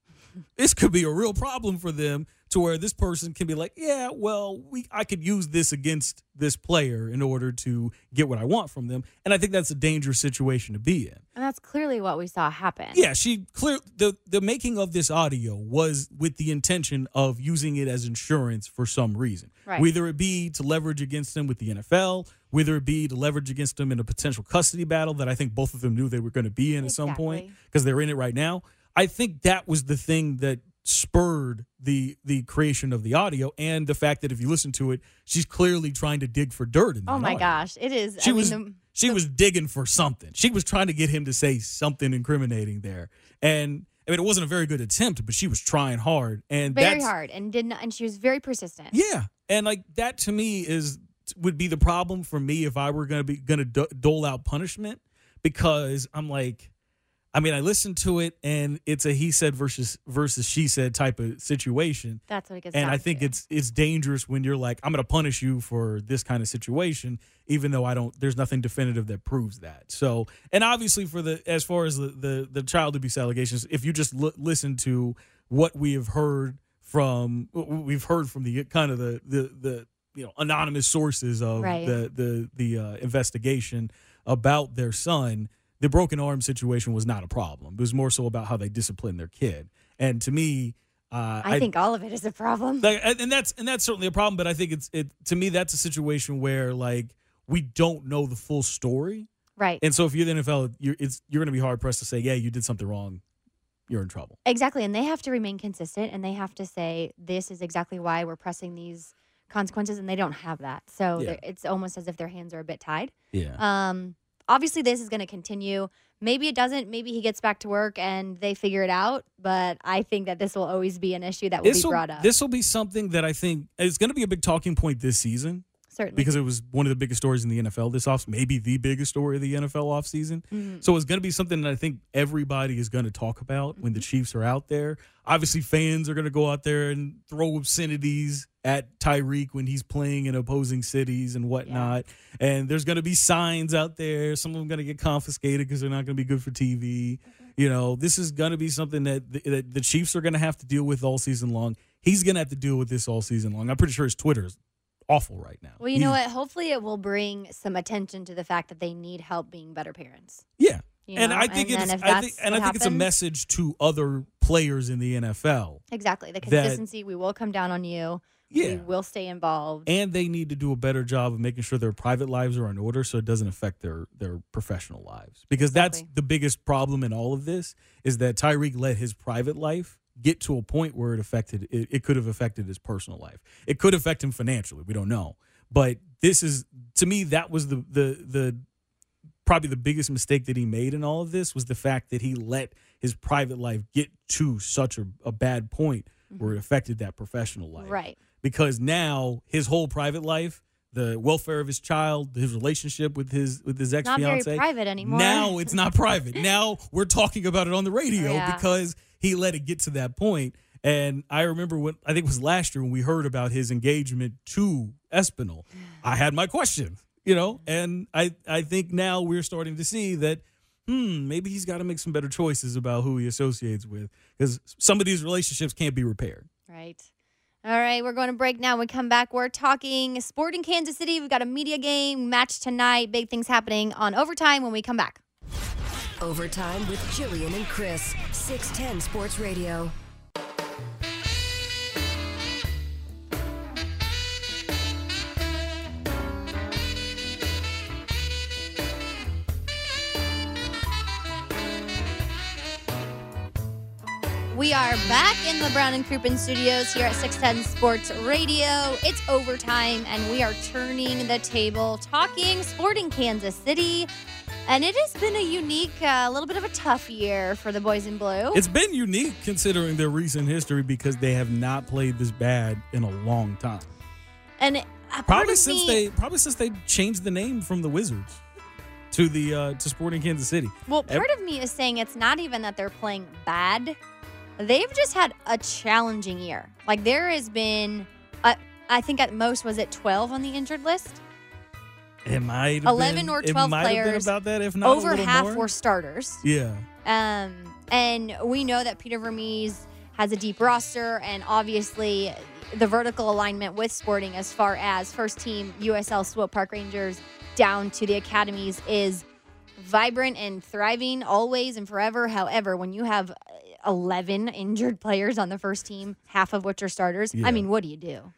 S2: this could be a real problem for them to where this person can be like yeah well we i could use this against this player in order to get what i want from them and i think that's a dangerous situation to be in
S1: and that's clearly what we saw happen
S2: yeah, she clear the the making of this audio was with the intention of using it as insurance for some reason.
S1: Right.
S2: Whether it be to leverage against them with the NFL, whether it be to leverage against them in a potential custody battle that I think both of them knew they were going to be in at some point
S1: Exactly.
S2: because they're in it right now. I think that was the thing that spurred the the creation of the audio and the fact that if you listen to it, she's clearly trying to dig for dirt in that
S1: oh my
S2: audio.
S1: gosh it is
S2: She
S1: I mean,
S2: was
S1: the-
S2: she was digging for something. She was trying to get him to say something incriminating there, and I mean it wasn't a very good attempt, but she was trying hard, and
S1: very
S2: that's,
S1: hard and did not and she was very persistent
S2: Yeah, and like that to me is would be the problem for me if I were gonna be gonna do- dole out punishment because I'm like. I mean, I listened to it, and it's a he said versus versus she said type of situation.
S1: That's what it gets.
S2: and
S1: down
S2: I think
S1: to.
S2: it's it's dangerous when you're like, I'm going to punish you for this kind of situation, even though I don't. There's nothing definitive that proves that. So, and obviously for the as far as the the, the child abuse allegations, if you just l- listen to what we have heard from what we've heard from the kind of the the the you know anonymous sources of
S1: Right.
S2: the the the uh, investigation about their son. The broken arm situation was not a problem. It was more so about how they disciplined their kid. And to me, uh,
S1: I, think all of it is a problem.
S2: like and and that's and that's certainly a problem but i think it's it to me that's a situation where like we don't know the full story
S1: right.
S2: and so if you're the nfl you're it's you're gonna be hard pressed to say yeah you did something wrong you're in trouble
S1: Exactly. And they have to remain consistent and they have to say, this is exactly why we're pressing these consequences. And they don't have that. So
S2: Yeah.
S1: they're- it's almost as if their hands are a bit tied.
S2: yeah
S1: Um, obviously, this is going to continue. Maybe it doesn't. Maybe he gets back to work and they figure it out. But I think that this will always be an issue that will
S2: this
S1: be
S2: will
S1: Uh, brought up.
S2: this will be something that i think is gonna be a big talking point this season
S1: Certainly.
S2: because it was one of the biggest stories in the NFL this off, maybe the biggest story of the NFL offseason. So it's going to be something that I think everybody is going to talk about when the Chiefs are out there. Obviously, fans are going to go out there and throw obscenities at Tyreek when he's playing in opposing cities and whatnot. And there's going to be signs out there. Some of them going to get confiscated because they're not going to be good for TV. You know, this is going to be something that the, that the Chiefs are going to have to deal with all season long. He's going to have to deal with this all season long. I'm pretty sure his Twitter is awful right now.
S1: well, you know
S2: He's-
S1: what? Hopefully, it will bring some attention to the fact that they need help being better parents.
S2: Yeah.
S1: You
S2: and
S1: know,
S2: I think
S1: and
S2: it's
S1: then if
S2: I think,
S1: that's
S2: and I
S1: what
S2: think it's a
S1: happens-
S2: message to other players in the NFL.
S1: Exactly. The
S2: That-
S1: consistency. we will come down on you. We will stay involved.
S2: And they need to do a better job of making sure their private lives are in order so it doesn't affect their their professional lives. Because that's
S1: Exactly.
S2: the biggest problem in all of this is that Tyreek let his private life get to a point where it affected it, it could have affected his personal life. It could affect him financially. We don't know. But this is to me that was the the the probably the biggest mistake that he made in all of this was the fact that he let his private life get to such a, a bad point where it affected that professional life.
S1: Mm-hmm. Right.
S2: Because now his whole private life, the welfare of his child, his relationship with his with his ex
S1: not very
S2: fiance,
S1: private anymore.
S2: now it's not private. Now we're talking about it on the radio
S1: Yeah.
S2: because he let it get to that point. And I remember when I think it was last year when we heard about his engagement to Espinal. I had my question, you know, and I I think now we're starting to see that hmm maybe he's got to make some better choices about who he associates with because some of these relationships can't be repaired.
S1: Right. All right, we're going to break now. When we come back, we're talking sport in Kansas City. We've got a media game match tonight. Big things happening on overtime when we come back.
S4: Overtime with Jillian and Chris, 610 Sports Radio.
S1: We are back in the Brown and Crouppen studios here at 610 Sports Radio. It's overtime, and we are turning the table, talking sport in Kansas City. And it has been a unique, a little bit of a tough year for the boys in blue.
S2: It's been unique considering their recent history because they have not played this bad in a long time.
S1: and a part
S2: Probably
S1: of
S2: since
S1: me-
S2: they probably since they changed the name from the Wizards to the uh, to Sporting Kansas City.
S1: Well,
S2: Ev-
S1: part of me is saying it's not even that they're playing bad. They've just had a challenging year. Like there has been, uh, I think at most was it twelve on the injured list.
S2: It might have
S1: 11
S2: been-
S1: or
S2: it
S1: 12
S2: might have been
S1: players.
S2: about that, if not a
S1: Over
S2: little
S1: half
S2: more.
S1: were starters.
S2: yeah.
S1: Um, and we know that Peter Vermees has a deep roster, and obviously the vertical alignment with Sporting, as far as first team USL Swope Park Rangers down to the academies, is vibrant and thriving always and forever. However, when you have uh, 11 injured players on the first team, half of which are starters,
S2: Yeah.
S1: I mean, what do you do?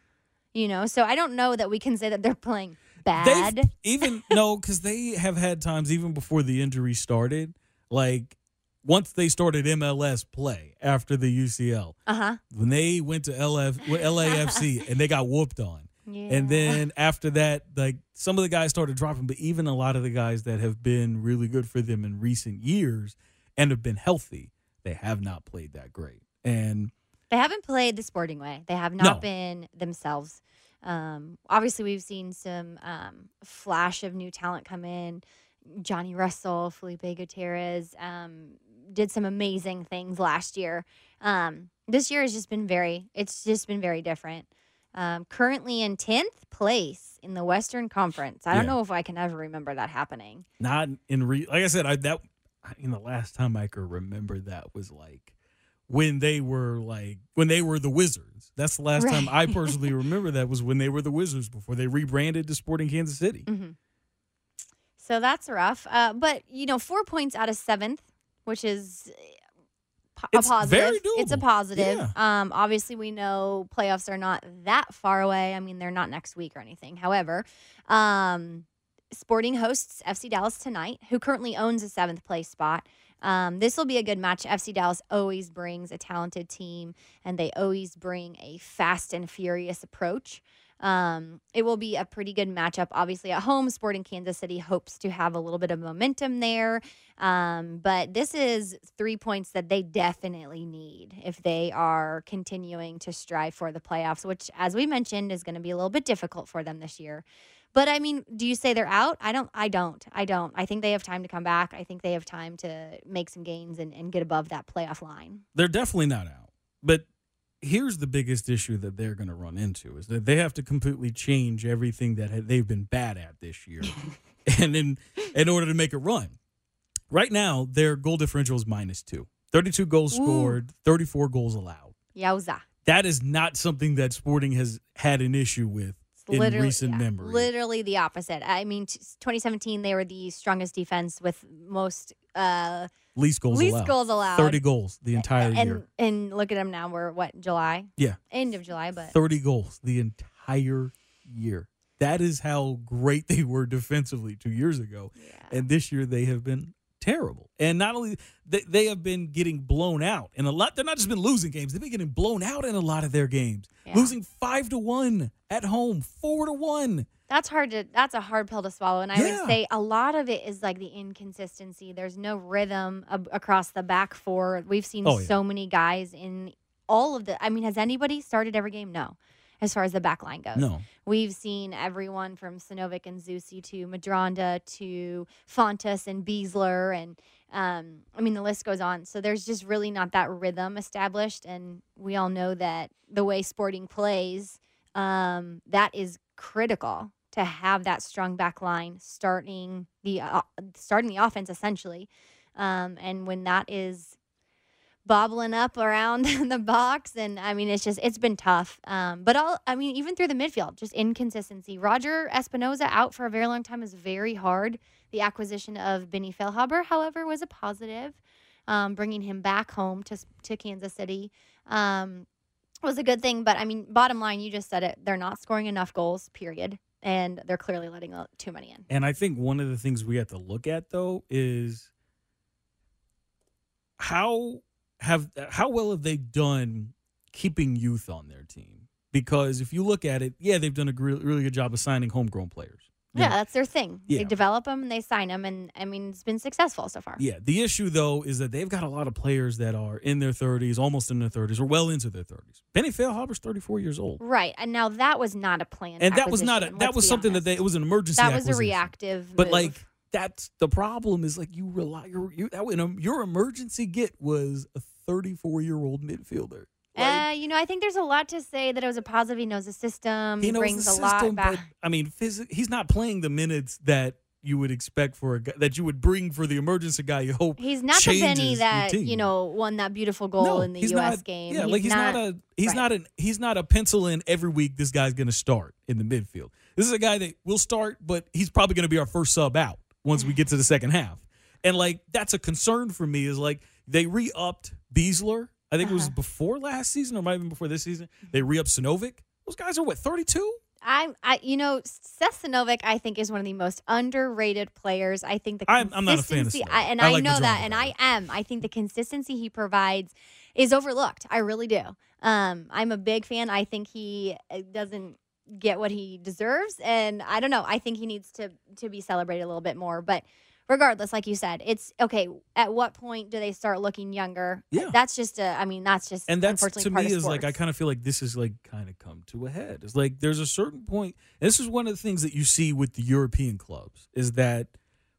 S1: You know, so I don't know that we can say that they're playing bad.
S2: They've even no, because they have had times even before the injury started. Like once they started MLS play after the UCL,
S1: uh huh.
S2: when they went to LF well, LAFC and they got whooped on.
S1: Yeah.
S2: And then after that, like some of the guys started dropping, but even a lot of the guys that have been really good for them in recent years and have been healthy, they have not played that great. And
S1: They haven't played the sporting way. They have not
S2: No.
S1: been themselves. Um, obviously, we've seen some um, flash of new talent come in. Johnny Russell, Felipe Gutierrez, um, did some amazing things last year. Um, this year has just been very, it's just been very different. Um, currently in 10th place in the Western Conference. I don't
S2: Yeah.
S1: know if I can ever remember that happening.
S2: not in re like I said, I that in the last time I could remember that was like when they were like when they were the Wizards. That's the last time I
S1: Right.
S2: personally remember that was when they were the Wizards before they rebranded to Sporting Kansas City.
S1: hmm So that's rough. Uh, but, you know, four points out of seventh, which is eh, po-
S2: It's
S1: a positive.
S2: very
S1: It's a
S2: doable.
S1: positive.
S2: Yeah.
S1: Um, obviously, we know playoffs are not that far away. I mean, they're not next week or anything. However, um, Sporting hosts FC Dallas tonight, who currently owns a seventh place spot. Um, this will be a good match. FC Dallas always brings a talented team, and they always bring a fast and furious approach. Um, it will be a pretty good matchup. Obviously, at home, Sporting Kansas City hopes to have a little bit of momentum there. Um, but this is three points that they definitely need if they are continuing to strive for the playoffs, which, as we mentioned, is going to be a little bit difficult for them this year. But I mean, do you say they're out? I don't. I don't. I don't. I think they have time to come back. I think they have time to make some gains and, and get above that playoff line.
S2: They're definitely not out. But here's the biggest issue that they're going to run into is that they have to completely change everything that ha- they've been bad at this year, and in in order to make it run. Right now, their goal differential is minus two. 32 goals
S1: Ooh.
S2: scored, 34 goals allowed.
S1: Yowza!
S2: that is not something that Sporting has had an issue with
S1: It's
S2: in recent
S1: yeah,
S2: memory.
S1: Literally the opposite. I mean, t- 2017 they were the strongest defense with most uh,
S2: least goals
S1: least
S2: allowed.
S1: goals allowed.
S2: Thirty goals the entire
S1: and
S2: year.
S1: and look at them now. We're what July?
S2: Yeah.
S1: end of July, but
S2: Thirty goals the entire year. That is how great they were defensively two years ago,
S1: yeah.
S2: and this year they have been terrible. And not only they, they have been getting blown out in a lot. They're not just been losing games; they've been getting blown out in a lot of their games.
S1: Yeah.
S2: Losing five to one at home, four to one.
S1: that's hard to that's a hard pill to swallow. And I
S2: Yeah.
S1: would say a lot of it is like the inconsistency. There's no rhythm ab- across the back four. We've seen
S2: Oh, yeah.
S1: so many guys in all of the. I mean, has anybody started every game? No, as far as the back line goes.
S2: No,
S1: We've seen everyone from Sinovic and Zusi to Madronda to Fontas and Beasler. And um, I mean, the list goes on. So there's just really not that rhythm established. And we all know that the way sporting plays, um, that is critical to have that strong back line starting the, uh, starting the offense essentially. Um, and when that is bobbling up around the box and i mean it's just it's been tough um, but all i mean even through the midfield just inconsistency roger espinoza out for a very long time is very hard the acquisition of benny fellhaber however was a positive um, bringing him back home to, to kansas city um, was a good thing but i mean bottom line you just said it they're not scoring enough goals period and they're clearly letting out too many in
S2: And I think one of the things we have to look at though is how have how well have they done keeping youth on their team? Because if you look at it, yeah, they've done a gre- really good job of signing homegrown players. You
S1: yeah
S2: know,
S1: that's their thing
S2: Yeah.
S1: they develop them and they sign them and i mean it's been successful so far
S2: Yeah. The issue though is that they've got a lot of players that are in their 30s, almost in their 30s, or well into their 30s. Benny Failhaber's 34 years old.
S1: Right, and now that was not a plan,
S2: And that was not a,
S1: Mm, acquisition,
S2: that
S1: let's
S2: was
S1: be
S2: something that they,
S1: honest.
S2: it was an emergency
S1: that was a
S2: acquisition.
S1: reactive,
S2: But
S1: move.
S2: like that's the problem is like you rely your you, that in your emergency get was a 34 year old midfielder.
S1: uh, you know, I think there's a lot to say that it was a positive. He knows the system,
S2: he knows
S1: brings
S2: the
S1: a lot
S2: system, but
S1: back.
S2: I mean, phys- he's not playing the minutes that you would expect for a guy that you would bring for the emergency guy. You hope
S1: He's not the Benny
S2: changes your
S1: that
S2: team.
S1: you know won that beautiful goal
S2: No,
S1: in the
S2: he's
S1: U.S.
S2: not-
S1: game.
S2: Yeah, like he's not, a he's
S1: right.
S2: not an he's not a pencil in every week. This guy's going to start in the midfield. This is a guy that will start, but he's probably going to be our first sub out once we get to the second half. And like that's a concern for me is like they re upped Beasler. I think it
S1: Uh-huh.
S2: was before last season or might have been before this season. They re upped Sinovic. Those guys are what thirty two.
S1: I'm, I, you know, Sesanovic, I think is one of the most underrated players. I think the
S2: I'm-
S1: consistency,
S2: I'm not a fan of Sesanovic.
S1: I, and
S2: I
S1: I,
S2: like
S1: know that,
S2: Madrano
S1: and
S2: better.
S1: I am. I think the consistency he provides is overlooked. I really do. Um, I'm a big fan. I think he uh, doesn't get what he deserves, and I don't know. I think he needs to to be celebrated a little bit more, but. Regardless, like you said, it's okay. At what point do they start looking younger?
S2: Yeah.
S1: that's just a. I mean, that's just
S2: and that's
S1: unfortunately
S2: to
S1: part
S2: me
S1: of
S2: is like I
S1: sports.
S2: kind of feel like this is like kind of come to a head. It's like there's a certain point. and this is one of the things that you see with the European clubs is that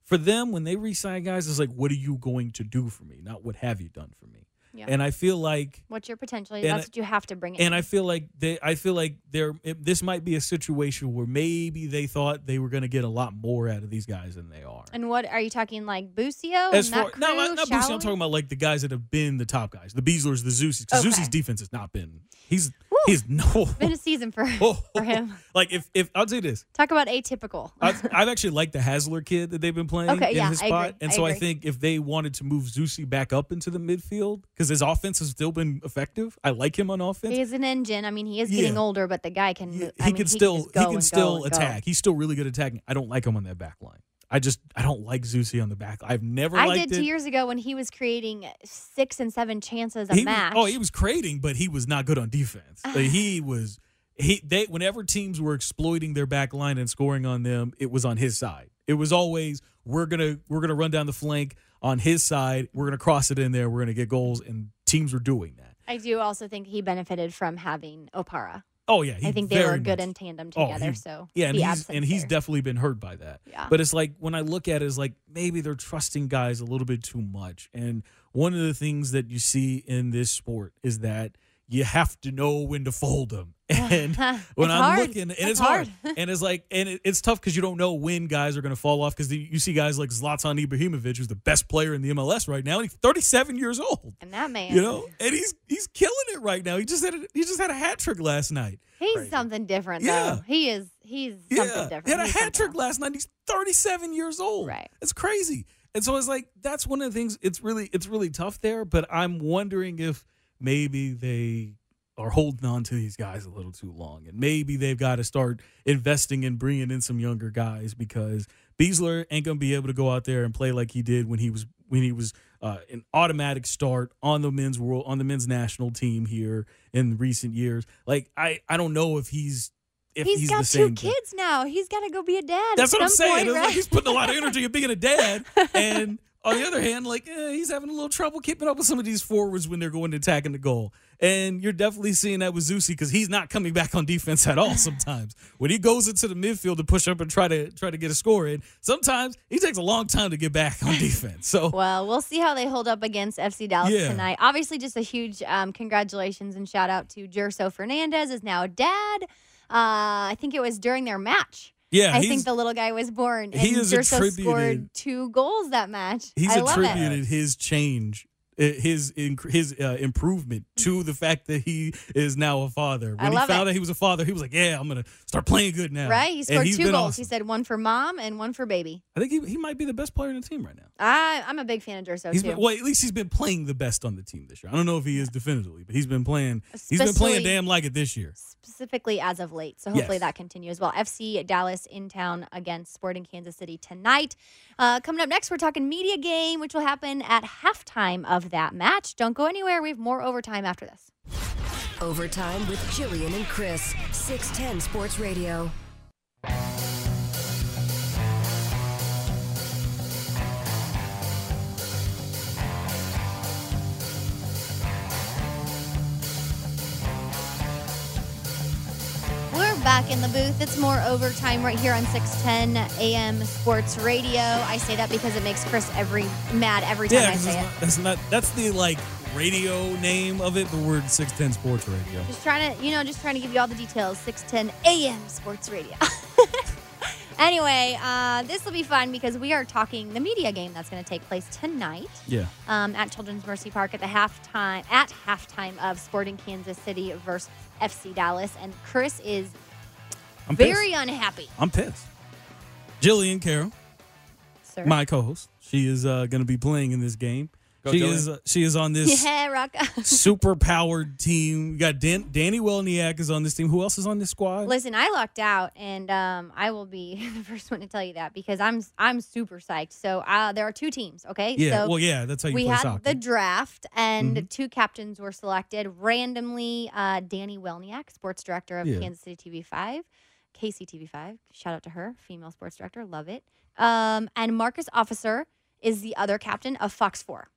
S2: for them when they re-sign guys, it's like, what are you going to do for me? Not what have you done for me.
S1: Yeah.
S2: And I feel like
S1: What's your potential?
S2: And
S1: That's
S2: I-
S1: what you have to bring in.
S2: and I feel like they, I feel like there, it, this might be a situation where maybe they thought they were going to get a lot more out of these guys than they are.
S1: And what are you talking like Busio?
S2: As
S1: and Oh, that
S2: far no,
S1: crew,
S2: not, not
S1: Shalloway?
S2: Boosie, I'm talking about like the guys that have been the top guys, the Beaslers, the Zeuses. Because
S1: Okay.
S2: Zeuses' defense has not been. He's
S1: Woo.
S2: he's no.
S1: Been a season for
S2: Oh.
S1: for him.
S2: Like if if I'll say this,
S1: Talk about atypical.
S2: I've, I've actually liked the Hasler kid that they've been playing
S1: Okay,
S2: in
S1: yeah,
S2: his
S1: I
S2: spot,
S1: agree,
S2: and
S1: I
S2: so I
S1: agree.
S2: think if they wanted to move Zusi back up into the midfield because his offense has still been effective, I like him on offense.
S1: He's an engine. I mean, he is
S2: Yeah.
S1: getting older, but the guy can.
S2: Yeah,
S1: move-
S2: he
S1: I mean,
S2: can still
S1: just
S2: he
S1: go
S2: can
S1: and
S2: still
S1: go and go.
S2: attack. He's still really good at attacking. I don't like him on that back line. I just I don't like Zusi on the back. I've never
S1: I
S2: liked
S1: did two
S2: it.
S1: years ago when he was creating six and seven chances a
S2: he was-
S1: match.
S2: oh, he was creating, but he was not good on defense. Like, he was he they whenever teams were exploiting their back line and scoring on them, it was on his side. It was always we're gonna we're gonna run down the flank on his side. We're gonna cross it in there. We're gonna get goals, and teams were doing that.
S1: I do also think he benefited from having Opara.
S2: Oh yeah, he
S1: I think they were
S2: very
S1: good
S2: much-
S1: in tandem
S2: Oh,
S1: together.
S2: he-
S1: so
S2: yeah, and
S1: the
S2: he's
S1: absence
S2: and he's
S1: there.
S2: definitely been hurt by that.
S1: Yeah.
S2: But it's like when I look at it, it's like maybe they're trusting guys a little bit too much. And one of the things that you see in this sport is that you have to know when to fold them. And when
S1: It's
S2: I'm
S1: hard.
S2: looking, and
S1: That's
S2: it's hard. and it's like, and it, it's tough because you don't know when guys are going to fall off. Because you see guys like Zlatan Ibrahimovic, who's the best player in the MLS right now, and he's 37 years old.
S1: And that man,
S2: You know, and he's he's killing it right now. He just had a, he just had a hat trick last night.
S1: he's something different.
S2: Yeah.
S1: though. he is. He's
S2: Yeah,
S1: something different.
S2: he had a
S1: He's
S2: hat
S1: something
S2: trick last night. He's 37 years old.
S1: Right.
S2: it's crazy. And so it's like that's one of the things. It's really it's really tough there. But I'm wondering if maybe they are holding on to these guys a little too long, and maybe they've got to start investing in bringing in some younger guys because Beasler ain't gonna be able to go out there and play like he did when he was when he was uh, an automatic start on the men's world on the men's national team here in recent years. Like I I don't know if he's if he's,
S1: he's
S2: the
S1: got two
S2: same guy.
S1: kids now. He's got to go be a dad.
S2: That's
S1: at
S2: what I'm
S1: some
S2: saying.
S1: Point,
S2: It's
S1: right?
S2: like he's putting a lot of energy in being a dad, and on the other hand, like eh, he's having a little trouble keeping up with some of these forwards when they're going to attacking the goal. And you're definitely seeing that with Zusi because he's not coming back on defense at all. Sometimes when he goes into the midfield to push up and try to try to get a score in, sometimes he takes a long time to get back on defense. So
S1: Well, we'll see how they hold up against FC Dallas
S2: Yeah.
S1: tonight. Obviously, just a huge um, congratulations and shout out to Jerso Fernandez is now a dad. Uh, I think it was during their match.
S2: yeah,
S1: I
S2: he's,
S1: think the little guy was born. And
S2: he is
S1: Jerso scored
S2: attributed-
S1: two goals that match.
S2: he's
S1: I love it.
S2: attributed his change. uh, His inc- his uh, improvement to the fact that he is now a father.
S1: Mm-hmm. I
S2: When he
S1: love
S2: found
S1: it.
S2: out he was a father, he was like, "Yeah, I'm gonna start playing good now."
S1: Right? He
S2: And
S1: scored
S2: he's
S1: two
S2: been
S1: goals.
S2: awesome.
S1: He said one for mom and one for baby.
S2: I think he, he might be the best player in the team right now.
S1: I, I'm a big fan of Jerso
S2: He's
S1: too.
S2: been, well, at least he's been playing the best on the team this year. I don't know if he is definitively, but he's been playing. he's been
S1: Especially-
S2: playing damn like it this year.
S1: specifically as of late. So hopefully
S2: Yes.
S1: that continues well. FC Dallas in town against Sporting Kansas City tonight. Uh, coming up next, we're talking media game, which will happen at halftime of that match. Don't go anywhere. We have more overtime after this.
S4: Overtime with Jillian and Chris, 610 Sports Radio.
S1: We're back in the booth. It's more overtime right here on 610 AM Sports Radio. I say that because it makes Chris every mad every time
S2: Yeah,
S1: I
S2: 'cause
S1: say
S2: it's
S1: it.
S2: not- that's not that's the like radio name of it, but we're at 610 Sports Radio.
S1: Just trying to, you know, just trying to give you all the details. 610 AM Sports Radio. anyway, uh, this will be fun because we are talking the media game that's going to take place tonight
S2: Yeah,
S1: um, at Children's Mercy Park at the halftime at halftime of Sporting Kansas City versus FC Dallas, and Chris is
S2: I'm
S1: very
S2: pissed.
S1: unhappy.
S2: I'm pissed. Jillian Carroll,
S1: Sir.
S2: my co-host, she is uh, going to be playing in this game.
S3: Go,
S2: she
S3: Jillian.
S2: is uh, she is on this
S1: yeah, rock.
S2: super powered team. We got Dan- Danny Welniak is on this team. Who else is on this squad?
S1: Listen, I lucked out, and um, I will be the first one to tell you that because I'm I'm super psyched. So uh, there are two teams, okay?
S2: yeah,
S1: so
S2: well, yeah, that's how you
S1: we
S2: play
S1: had
S2: soccer. Mm-hmm.
S1: the draft and two captains were selected randomly uh, danny welniak sports director of
S2: Yeah.
S1: kansas city tv5 kctv5 shout out to her female sports director love it um, and marcus officer is the other captain of fox 4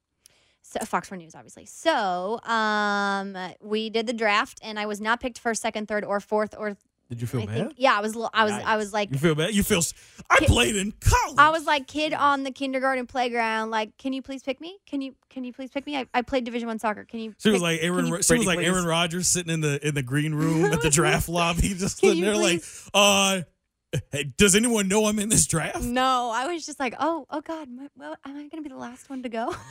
S1: so uh, Fox 4 News, obviously. So um, we did the draft, and I was not picked first, second, third, or fourth, or
S2: Did you feel
S1: I
S2: bad?
S1: think yeah, I was l- I was I was like
S2: you feel bad? You feel s- I
S1: Ki-
S2: played in college.
S1: I was like kid on the kindergarten playground. Like, can you please pick me? Can you can you please pick me? I, I played Division One soccer. Can you?
S2: She was
S1: pick-
S2: like
S1: can
S2: Aaron.
S1: you-
S2: Ro- she was
S3: Brady,
S2: like Aaron
S3: please?
S2: Rodgers sitting in the in the green room at the draft lobby, just
S1: Can
S2: sitting
S1: you
S2: there like, uh, hey, does anyone know I'm in this draft?
S1: No, I was just like, oh, oh God, my, well, am I gonna be the last one to go?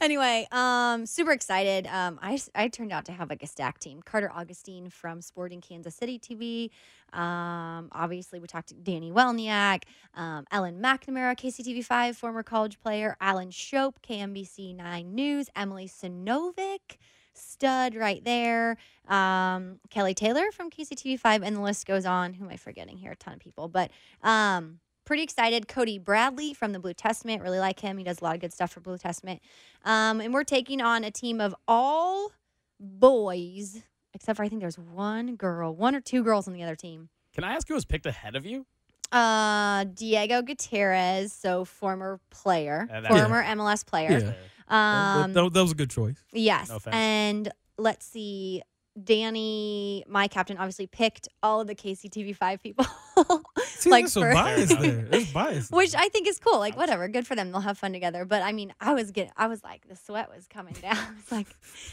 S1: anyway, um, super excited. Um, I s- I turned out to have like a stack team. Carter Augustine from Sporting Kansas City TV. Um, obviously, we talked to Danny Welniak, um, Ellen McNamara, KCTV five, former college player, Alan Shope, KMBC nine News, Emily Sinovic. Stud right there. Um, Kelly Taylor from KCTV5, and the list goes on. Who am I forgetting here? A ton of people, but um, pretty excited. Cody Bradley from the Blue Testament. Really like him. He does a lot of good stuff for Blue Testament. Um, and we're taking on a team of all boys, except for I think there's one girl, one or two girls on the other team.
S3: Can I ask who was picked ahead of you?
S1: Uh, Diego Gutierrez, so former player,
S3: Yeah, Uh, that-
S1: former MLS player.
S2: Yeah.
S1: Um,
S2: that, that was a good choice.
S1: Yes.
S3: No offense.
S1: and let's see. Danny, my captain, obviously picked all of the KCTV5 people.
S2: See, there's some bias there. There's bias.
S1: Which I think is cool. Like
S3: Ouch.
S1: whatever, good for them. They'll have fun together. But I mean, I was get, I was like, the sweat was coming down. I was like,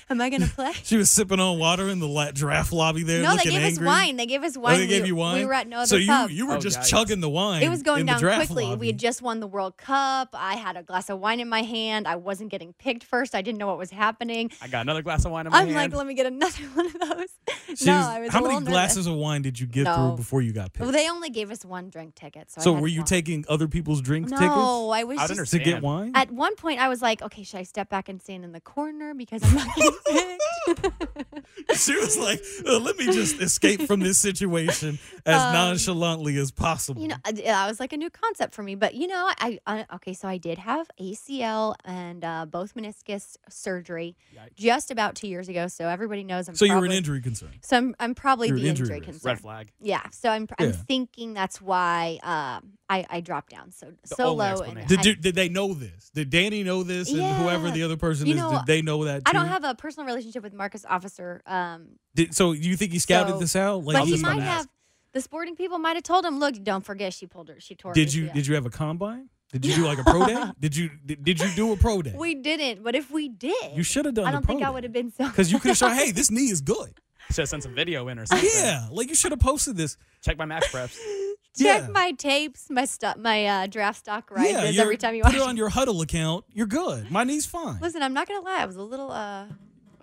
S1: am I gonna play?
S2: she was sipping on water in the la- draft lobby there.
S1: no, they
S2: looking
S1: gave us
S2: angry.
S1: wine. They gave us
S2: Oh,
S1: wine.
S2: they gave
S1: we,
S2: you wine.
S1: We were at no other
S2: so you
S1: pub.
S2: you were
S3: Oh,
S2: just
S3: yikes.
S2: chugging the wine.
S1: it was going
S2: in the
S1: down
S2: draft
S1: quickly.
S2: Lobby.
S1: We had just won the World Cup. I had a glass of wine in my hand. I wasn't getting picked first. I didn't know what was happening.
S3: I got another glass of wine in my
S1: I'm
S3: hand.
S1: like, let me get another one of those.
S2: She
S1: no,
S2: was-
S1: I was
S2: how
S1: a
S2: many
S1: little nervous.
S2: glasses of wine did you get
S1: No.
S2: through before you got picked?
S1: Well, they only gave us one drink ticket. So, I
S2: so
S1: had
S2: were you
S1: one.
S2: taking other people's drink
S1: No,
S2: tickets
S1: I was
S3: I'd
S1: just.
S2: to get
S3: Understand.
S2: wine?
S1: At one point, I was like, okay, should I step back and stand in the corner because I'm not getting picked?
S2: she was like, "Uh, "Let me just escape from this situation as
S1: Um,
S2: nonchalantly as possible."
S1: you know, I- that was like a new concept for me. But, you know, I, I okay, so I did have ACL and uh, both meniscus surgery
S3: Yikes.
S1: just about two years ago. So everybody knows I'm
S2: so you were an
S1: probably-
S2: injury concern.
S1: So I'm, I'm probably
S2: You're
S1: the
S2: injury
S1: injury
S2: risk.
S1: concern.
S3: Red flag.
S1: Yeah, so I'm, I'm
S2: Yeah.
S1: thinking that's why um, I, I dropped down so
S3: The
S1: so
S3: only
S1: low.
S3: explanation.
S2: Did
S1: I-
S2: you, did they know this? Did Danny know this? And whoever
S1: Yeah.
S2: the other person
S1: You
S2: is,
S1: know,
S2: did they know that? Too?
S1: I don't have a personal relationship with Marcus Officer. Um,
S2: Did, so you think he scouted
S1: So-
S2: this out?
S1: but
S3: was
S1: he
S3: just gonna
S1: might
S3: ask.
S1: have. The sporting people might have told him, "Look, don't forget she pulled her. She tore." her
S2: Did you
S1: ACL."
S2: did you have a combine? Did you do like a pro day? Did you did, did you do a pro day?
S1: We didn't, but if we did,
S2: you should have done.
S1: I don't think I would have been so.
S2: because you could have shown, hey, this knee is good.
S3: Should have sent some video in or something.
S2: Yeah, like you should have posted this.
S3: Check my match preps.
S1: Check
S2: yeah.
S1: my tapes, my stuff, my uh, draft stock
S2: yeah,
S1: rises
S2: you're-
S1: every time you
S2: put
S1: watch.
S2: it on your huddle account. You're good. My knee's fine.
S1: Listen, I'm not gonna lie. I was a little. uh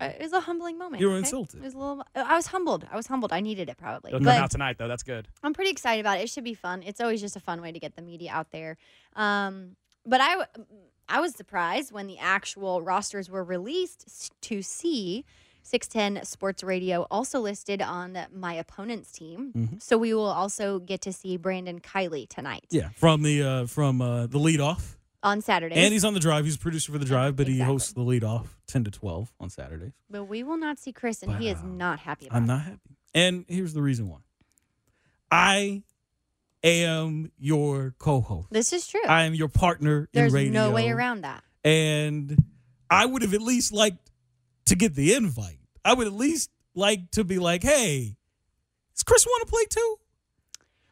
S1: it was a humbling moment.
S2: You were
S1: okay?
S2: insulted.
S1: It was a little. I was humbled. I was humbled. I needed it probably.
S3: It'll come
S1: But-
S3: out tonight though. That's good.
S1: I'm pretty excited about it. It should be fun. It's always just a fun way to get the media out there. Um, but I, w- I was surprised when the actual rosters were released s- to see 610 Sports Radio also listed on my opponent's team.
S2: Mhm.
S1: So we will also get to see Brandon Kiley tonight
S2: Yeah, from the uh, from uh, the lead off,
S1: on Saturday.
S2: and he's on the drive. He's producer for the drive, but he
S1: Exactly.
S2: hosts the lead off ten to twelve on Saturdays.
S1: but we will not see Chris, and he is
S2: Wow.
S1: not happy about
S2: I'm
S1: it.
S2: not happy, and here's the reason why. I am your co-host.
S1: This is true.
S2: I am your partner
S1: There's
S2: in radio.
S1: no way around that.
S2: and I would have at least liked to get the invite. I would at least like to be like, hey, does Chris want to play too?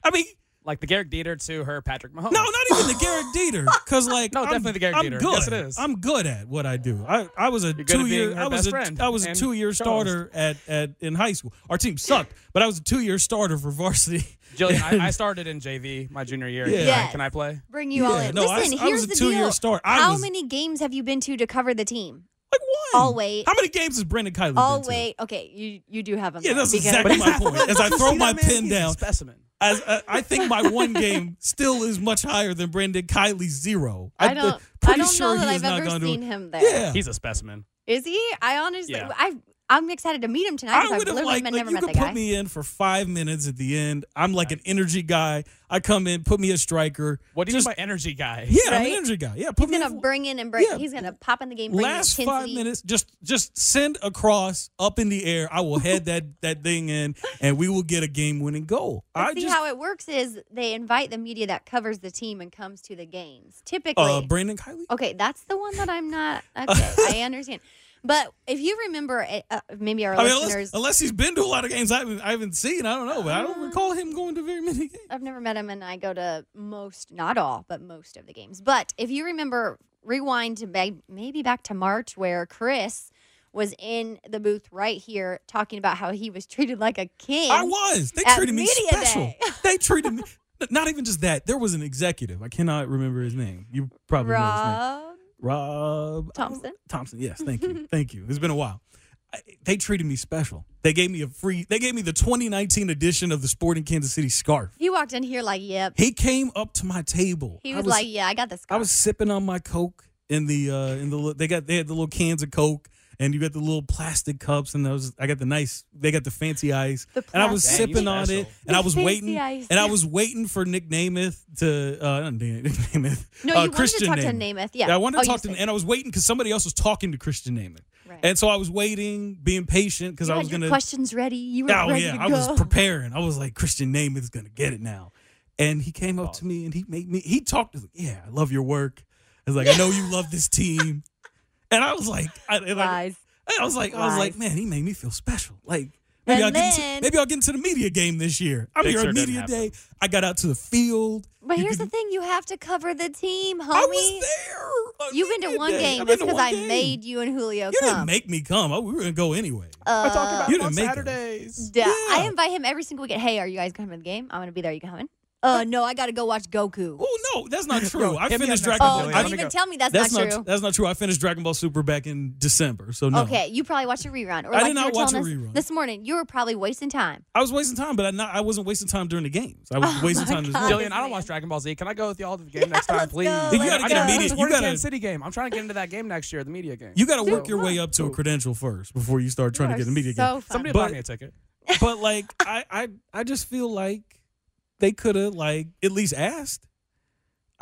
S2: I mean,
S3: Like the Garrick Dieter to her Patrick Mahomes.
S2: no, not even the Garrett Dieter, because like,
S3: Oh. No,
S2: I'm-
S3: definitely the Garrett
S2: I'm
S3: Dieter.
S2: Good.
S3: Yes, it is.
S2: I'm good at what I do. I, I was a
S3: You're good at
S2: two year
S3: being her
S2: I was
S3: best
S2: a
S3: friend
S2: I was a
S3: and
S2: two year
S3: co-host.
S2: starter at, at in high school. Our team sucked, but I was a two year starter for varsity.
S3: Jillian, I, I started in JV my junior year.
S2: Yeah.
S3: Can I-
S1: Yes.
S3: Can I play?
S1: Bring you all
S2: Yeah,
S1: in.
S2: no, I
S1: Listen,
S2: was- I
S1: here's
S2: was a
S1: the
S2: two-year
S1: deal.
S2: star. I
S1: How
S2: was-
S1: many games have you been to to cover the team?
S2: Like one.
S1: I'll wait.
S2: How many games has Brandon Kylie?
S1: Oh
S2: been to?
S1: wait, okay, you you do have him.
S2: Yeah,
S1: there
S2: that's
S1: because-
S2: exactly my point. As I throw
S3: See
S2: my
S3: that man?
S2: pen
S3: He's a
S2: down,
S3: Specimen.
S2: As uh, I think my one game still is much higher than Brandon Kylie's zero.
S1: I don't. I
S2: pretty
S1: don't
S2: sure
S1: know that
S2: he is
S1: I've
S2: not
S1: ever
S2: gonna do it.
S1: seen him there.
S2: Yeah,
S3: He's a specimen.
S1: Is he? I honestly,
S3: Yeah.
S1: I I'm excited to meet him tonight.
S2: I
S1: 'cause I've
S2: would have
S1: literally
S2: liked
S1: met-
S2: like,
S1: never
S2: you
S1: met
S2: could
S1: the guy.
S2: put me in for five minutes at the end. I'm like an energy guy. I come in, put me a striker.
S3: What do you
S2: Just-
S3: mean by energy guy?
S2: Yeah, I'm
S1: Right?
S2: an energy guy. Yeah,
S1: he's
S2: put me
S1: gonna
S2: in. for-
S1: bring in and break.
S2: Yeah.
S1: He's gonna pop in the game. Bring
S2: Last
S1: in
S2: five
S1: intensity.
S2: minutes, just just send across up in the air. I will head that that thing in, and we will get a game winning goal.
S1: But
S2: I
S1: see
S2: just
S1: how it works is they invite the media that covers the team and comes to the games. Typically,
S2: uh, Brandon Kylie.
S1: okay, that's the one that I'm not. Okay, I understand. But if you remember, it, uh, maybe our
S2: I mean,
S1: listeners,
S2: unless, unless he's been to a lot of games I haven't, I haven't seen. I don't know, but I don't recall him going to very many games.
S1: I've never met him, and I go to most, not all, but most of the games. But if you remember, rewind to may- maybe back to March where Chris was in the booth right here talking about how he was treated like a king.
S2: I was. They
S1: at
S2: treated me
S1: media
S2: special.
S1: day.
S2: They treated me. n- Not even just that. There was an executive. I cannot remember his name. You probably know his name.
S1: Rob.
S2: Rob
S1: Thompson?
S2: Thompson. Yes, thank you, thank you. It's been a while. I, they treated me special. They gave me a free. They gave me the 2019 edition of the Sporting Kansas City scarf.
S1: He walked in here like, yep.
S2: He came up to my table.
S1: He
S2: I
S1: was, like, yeah, I got this.
S2: I was sipping on my Coke in the uh in the li- they got they had the little cans of Coke and you got the little plastic cups and those I got the nice they got the fancy ice
S1: The
S2: and I was
S1: plastic.
S3: Dang,
S2: sipping
S3: you
S2: on it
S3: special.
S2: and I was
S1: Fancy
S2: waiting
S1: ice.
S2: and I was waiting for Nick Namath to uh not Nick Namath
S1: No, you
S2: uh,
S1: wanted to
S2: Christian
S1: talk to
S2: Namath.
S1: Namath, yeah.
S2: I wanted
S1: Oh,
S2: to
S1: you
S2: talk to
S1: said-
S2: and I was waiting because somebody else was talking to Christian Namath
S1: Right.
S2: and so I was waiting being patient because
S1: You
S2: I
S1: had
S2: was
S1: your
S2: gonna
S1: questions ready. You were
S2: Oh
S1: ready
S2: yeah,
S1: to
S2: I
S1: go.
S2: was preparing. I was like, Christian Namath's gonna get it now, and he came up to me and he made me. He talked. He's like, yeah, I love your work. I was like, I know you love this team, and I was like, I, and like,
S1: Lies.
S2: I was like, I was like,
S1: Lies.
S2: man, he made me feel special. Like maybe
S1: And
S2: I'll get
S1: then-
S2: into, maybe I'll get into the media game this year. I'm
S3: It
S2: here
S3: sure
S2: at
S3: didn't
S2: media
S3: happen.
S2: day. I got out to the field.
S1: But
S2: You
S1: here's
S2: could-
S1: the thing: you have to cover the team, homie.
S2: I was there. on
S1: You've been to
S2: media
S1: one
S2: day.
S1: game.
S2: I've been
S1: That's
S2: to
S1: because
S2: one
S1: I
S2: game.
S1: made you and Julio
S2: You
S1: come. Uh,
S2: didn't make me come. I, we were gonna go anyway.
S3: I talk about
S2: You
S3: it on
S2: didn't make it.
S3: Saturdays.
S1: Duh. I
S2: Yeah.
S1: invite him every single weekend. Hey, are you guys coming to the game? I'm gonna be there. You coming? Uh, no, I gotta go watch Goku.
S2: Oh no, that's not true.
S3: Yo,
S2: I
S3: hit me up
S2: finished
S3: next
S2: Dragon
S3: time,
S2: Ball.
S1: Oh,
S3: Julio.
S2: I-
S1: don't
S3: me
S1: even
S3: go.
S1: tell me that's,
S2: That's
S1: not
S2: not,
S1: true.
S2: That's not true. I finished Dragon Ball Super back in December, so no.
S1: Okay, you probably watched a rerun, or
S2: I
S1: like
S2: did
S1: you
S2: not
S1: were
S2: watch
S1: telling
S2: a
S1: us
S2: rerun.
S1: this morning. You were probably wasting time.
S2: I was wasting time, but I not I wasn't wasting time during the games. I was wasting
S1: Oh my
S2: time. This
S1: God.
S2: morning.
S3: Jillian, I don't watch Dragon Ball Z. Can I go with y'all to the game next time,
S1: Uh, let's
S3: please?
S1: go,
S2: You let's gotta go. get a
S3: I'm
S2: media-
S3: just
S2: you
S3: wanting
S2: gotta-
S3: Kansas City game. I'm trying to get into that game next year, the media game.
S2: You got to work
S3: So-
S2: your way up to a credential first before you start trying
S1: You
S2: to
S1: are
S2: get a media
S1: so
S2: game.
S1: fun.
S3: Somebody
S2: But-
S3: buy me a ticket.
S2: But like, I I I just feel like they could have like at least asked.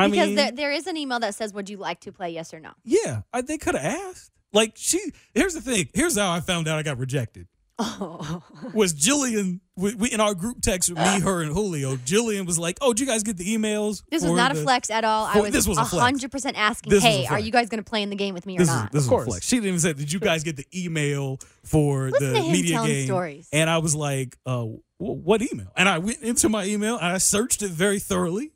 S2: I
S1: because
S2: mean,
S1: there, there is an email that says, "Would you like to play? Yes or no."
S2: yeah, I, they could have asked. Like she, here's the thing. Here's how I found out I got rejected.
S1: Oh,
S2: was Jillian we, we, in our group text with me, her, and Julio. Jillian was like, "Oh, did you guys get the emails?"
S1: this was
S2: for
S1: not a
S2: the-
S1: flex at all. I
S2: for-
S1: was,
S2: this was a flex.
S1: 100 percent asking,
S2: This was a
S1: "Hey, are
S2: flex.
S1: you guys going to play in the game with me or
S2: This is
S1: not?"
S2: this is
S3: Of
S2: a
S3: course.
S2: flex. She didn't even say, "Did you guys get the email for
S1: Listen
S2: the
S1: to him
S2: media
S1: telling
S2: game?"
S1: stories.
S2: And I was like, uh, wh- "What email?" And I went into my email and I searched it very thoroughly.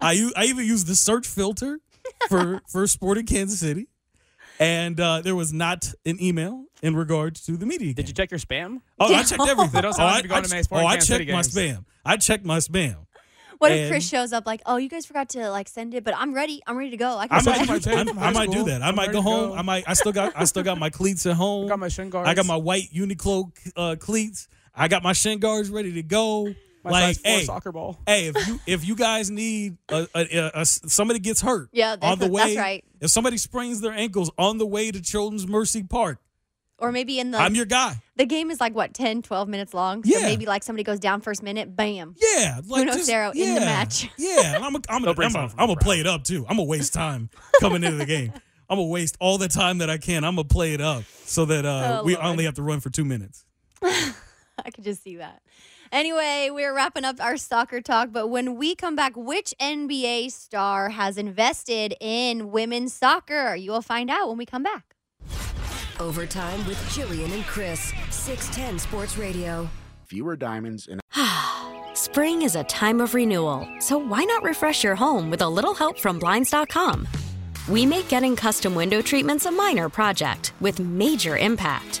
S2: I u- I even used the search filter for for Sporting Kansas City, and uh, there was not an email in regards to the media.
S3: Did you check your spam?
S2: Oh, I checked everything.
S3: They don't sound
S2: oh,
S3: like
S2: I,
S3: you're going
S2: I
S3: to
S2: ch-
S3: many Sporting
S2: oh, I
S3: Kansas
S2: checked
S3: City
S2: my
S3: games.
S2: spam. I checked my spam.
S1: What if
S2: and-
S1: Chris shows up like, "Oh, you guys forgot to like send it, but I'm ready. I'm ready to go. I can
S2: I
S1: play."
S3: Something
S2: might,
S3: might
S2: I,
S3: take from
S2: I
S3: high
S2: might do
S3: school.
S2: that. I
S3: I'm
S2: might
S3: ready
S2: go
S3: to
S2: home.
S3: go.
S2: I might. I still got. I still got my cleats at home.
S3: I got my shin
S2: I got
S3: guards.
S2: my white Uniqlo uh, cleats. I got my shin guards ready to go.
S3: My
S2: like,
S3: size four
S2: hey,
S3: soccer ball.
S2: hey, if you if you guys need a, a, a- a- somebody gets hurt,
S1: Yeah, that's-
S2: on the way,
S1: that's right.
S2: If somebody sprains their ankles on the way to Children's Mercy Park,
S1: or maybe in the
S2: I'm your guy.
S1: the game is like what 10, 12 minutes long. So
S2: Yeah.
S1: maybe like somebody goes down first minute, bam.
S2: Yeah, like
S1: Bruno
S2: just-
S1: Cerro in the
S2: yeah,
S1: match.
S2: Yeah, and I'm a, I'm
S3: They'll
S2: a,
S3: bring
S2: I'm a,
S3: someone from
S2: I'm
S3: the
S2: a play it up too. I'm gonna waste time coming into the game. I'm gonna waste all the time that I can. I'm gonna play it up so that uh,
S1: Oh,
S2: we
S1: Lord.
S2: only have to run for two minutes.
S1: I could just see that. Anyway, we're wrapping up our soccer talk, but when we come back, which NBA star has invested in women's soccer? You will find out when we come back.
S4: Overtime with Jillian and Chris, 610 Sports Radio.
S5: fewer diamonds in
S6: Spring is a time of renewal, so why not refresh your home with a little help from Blinds.com? We make getting custom window treatments a minor project with major impact.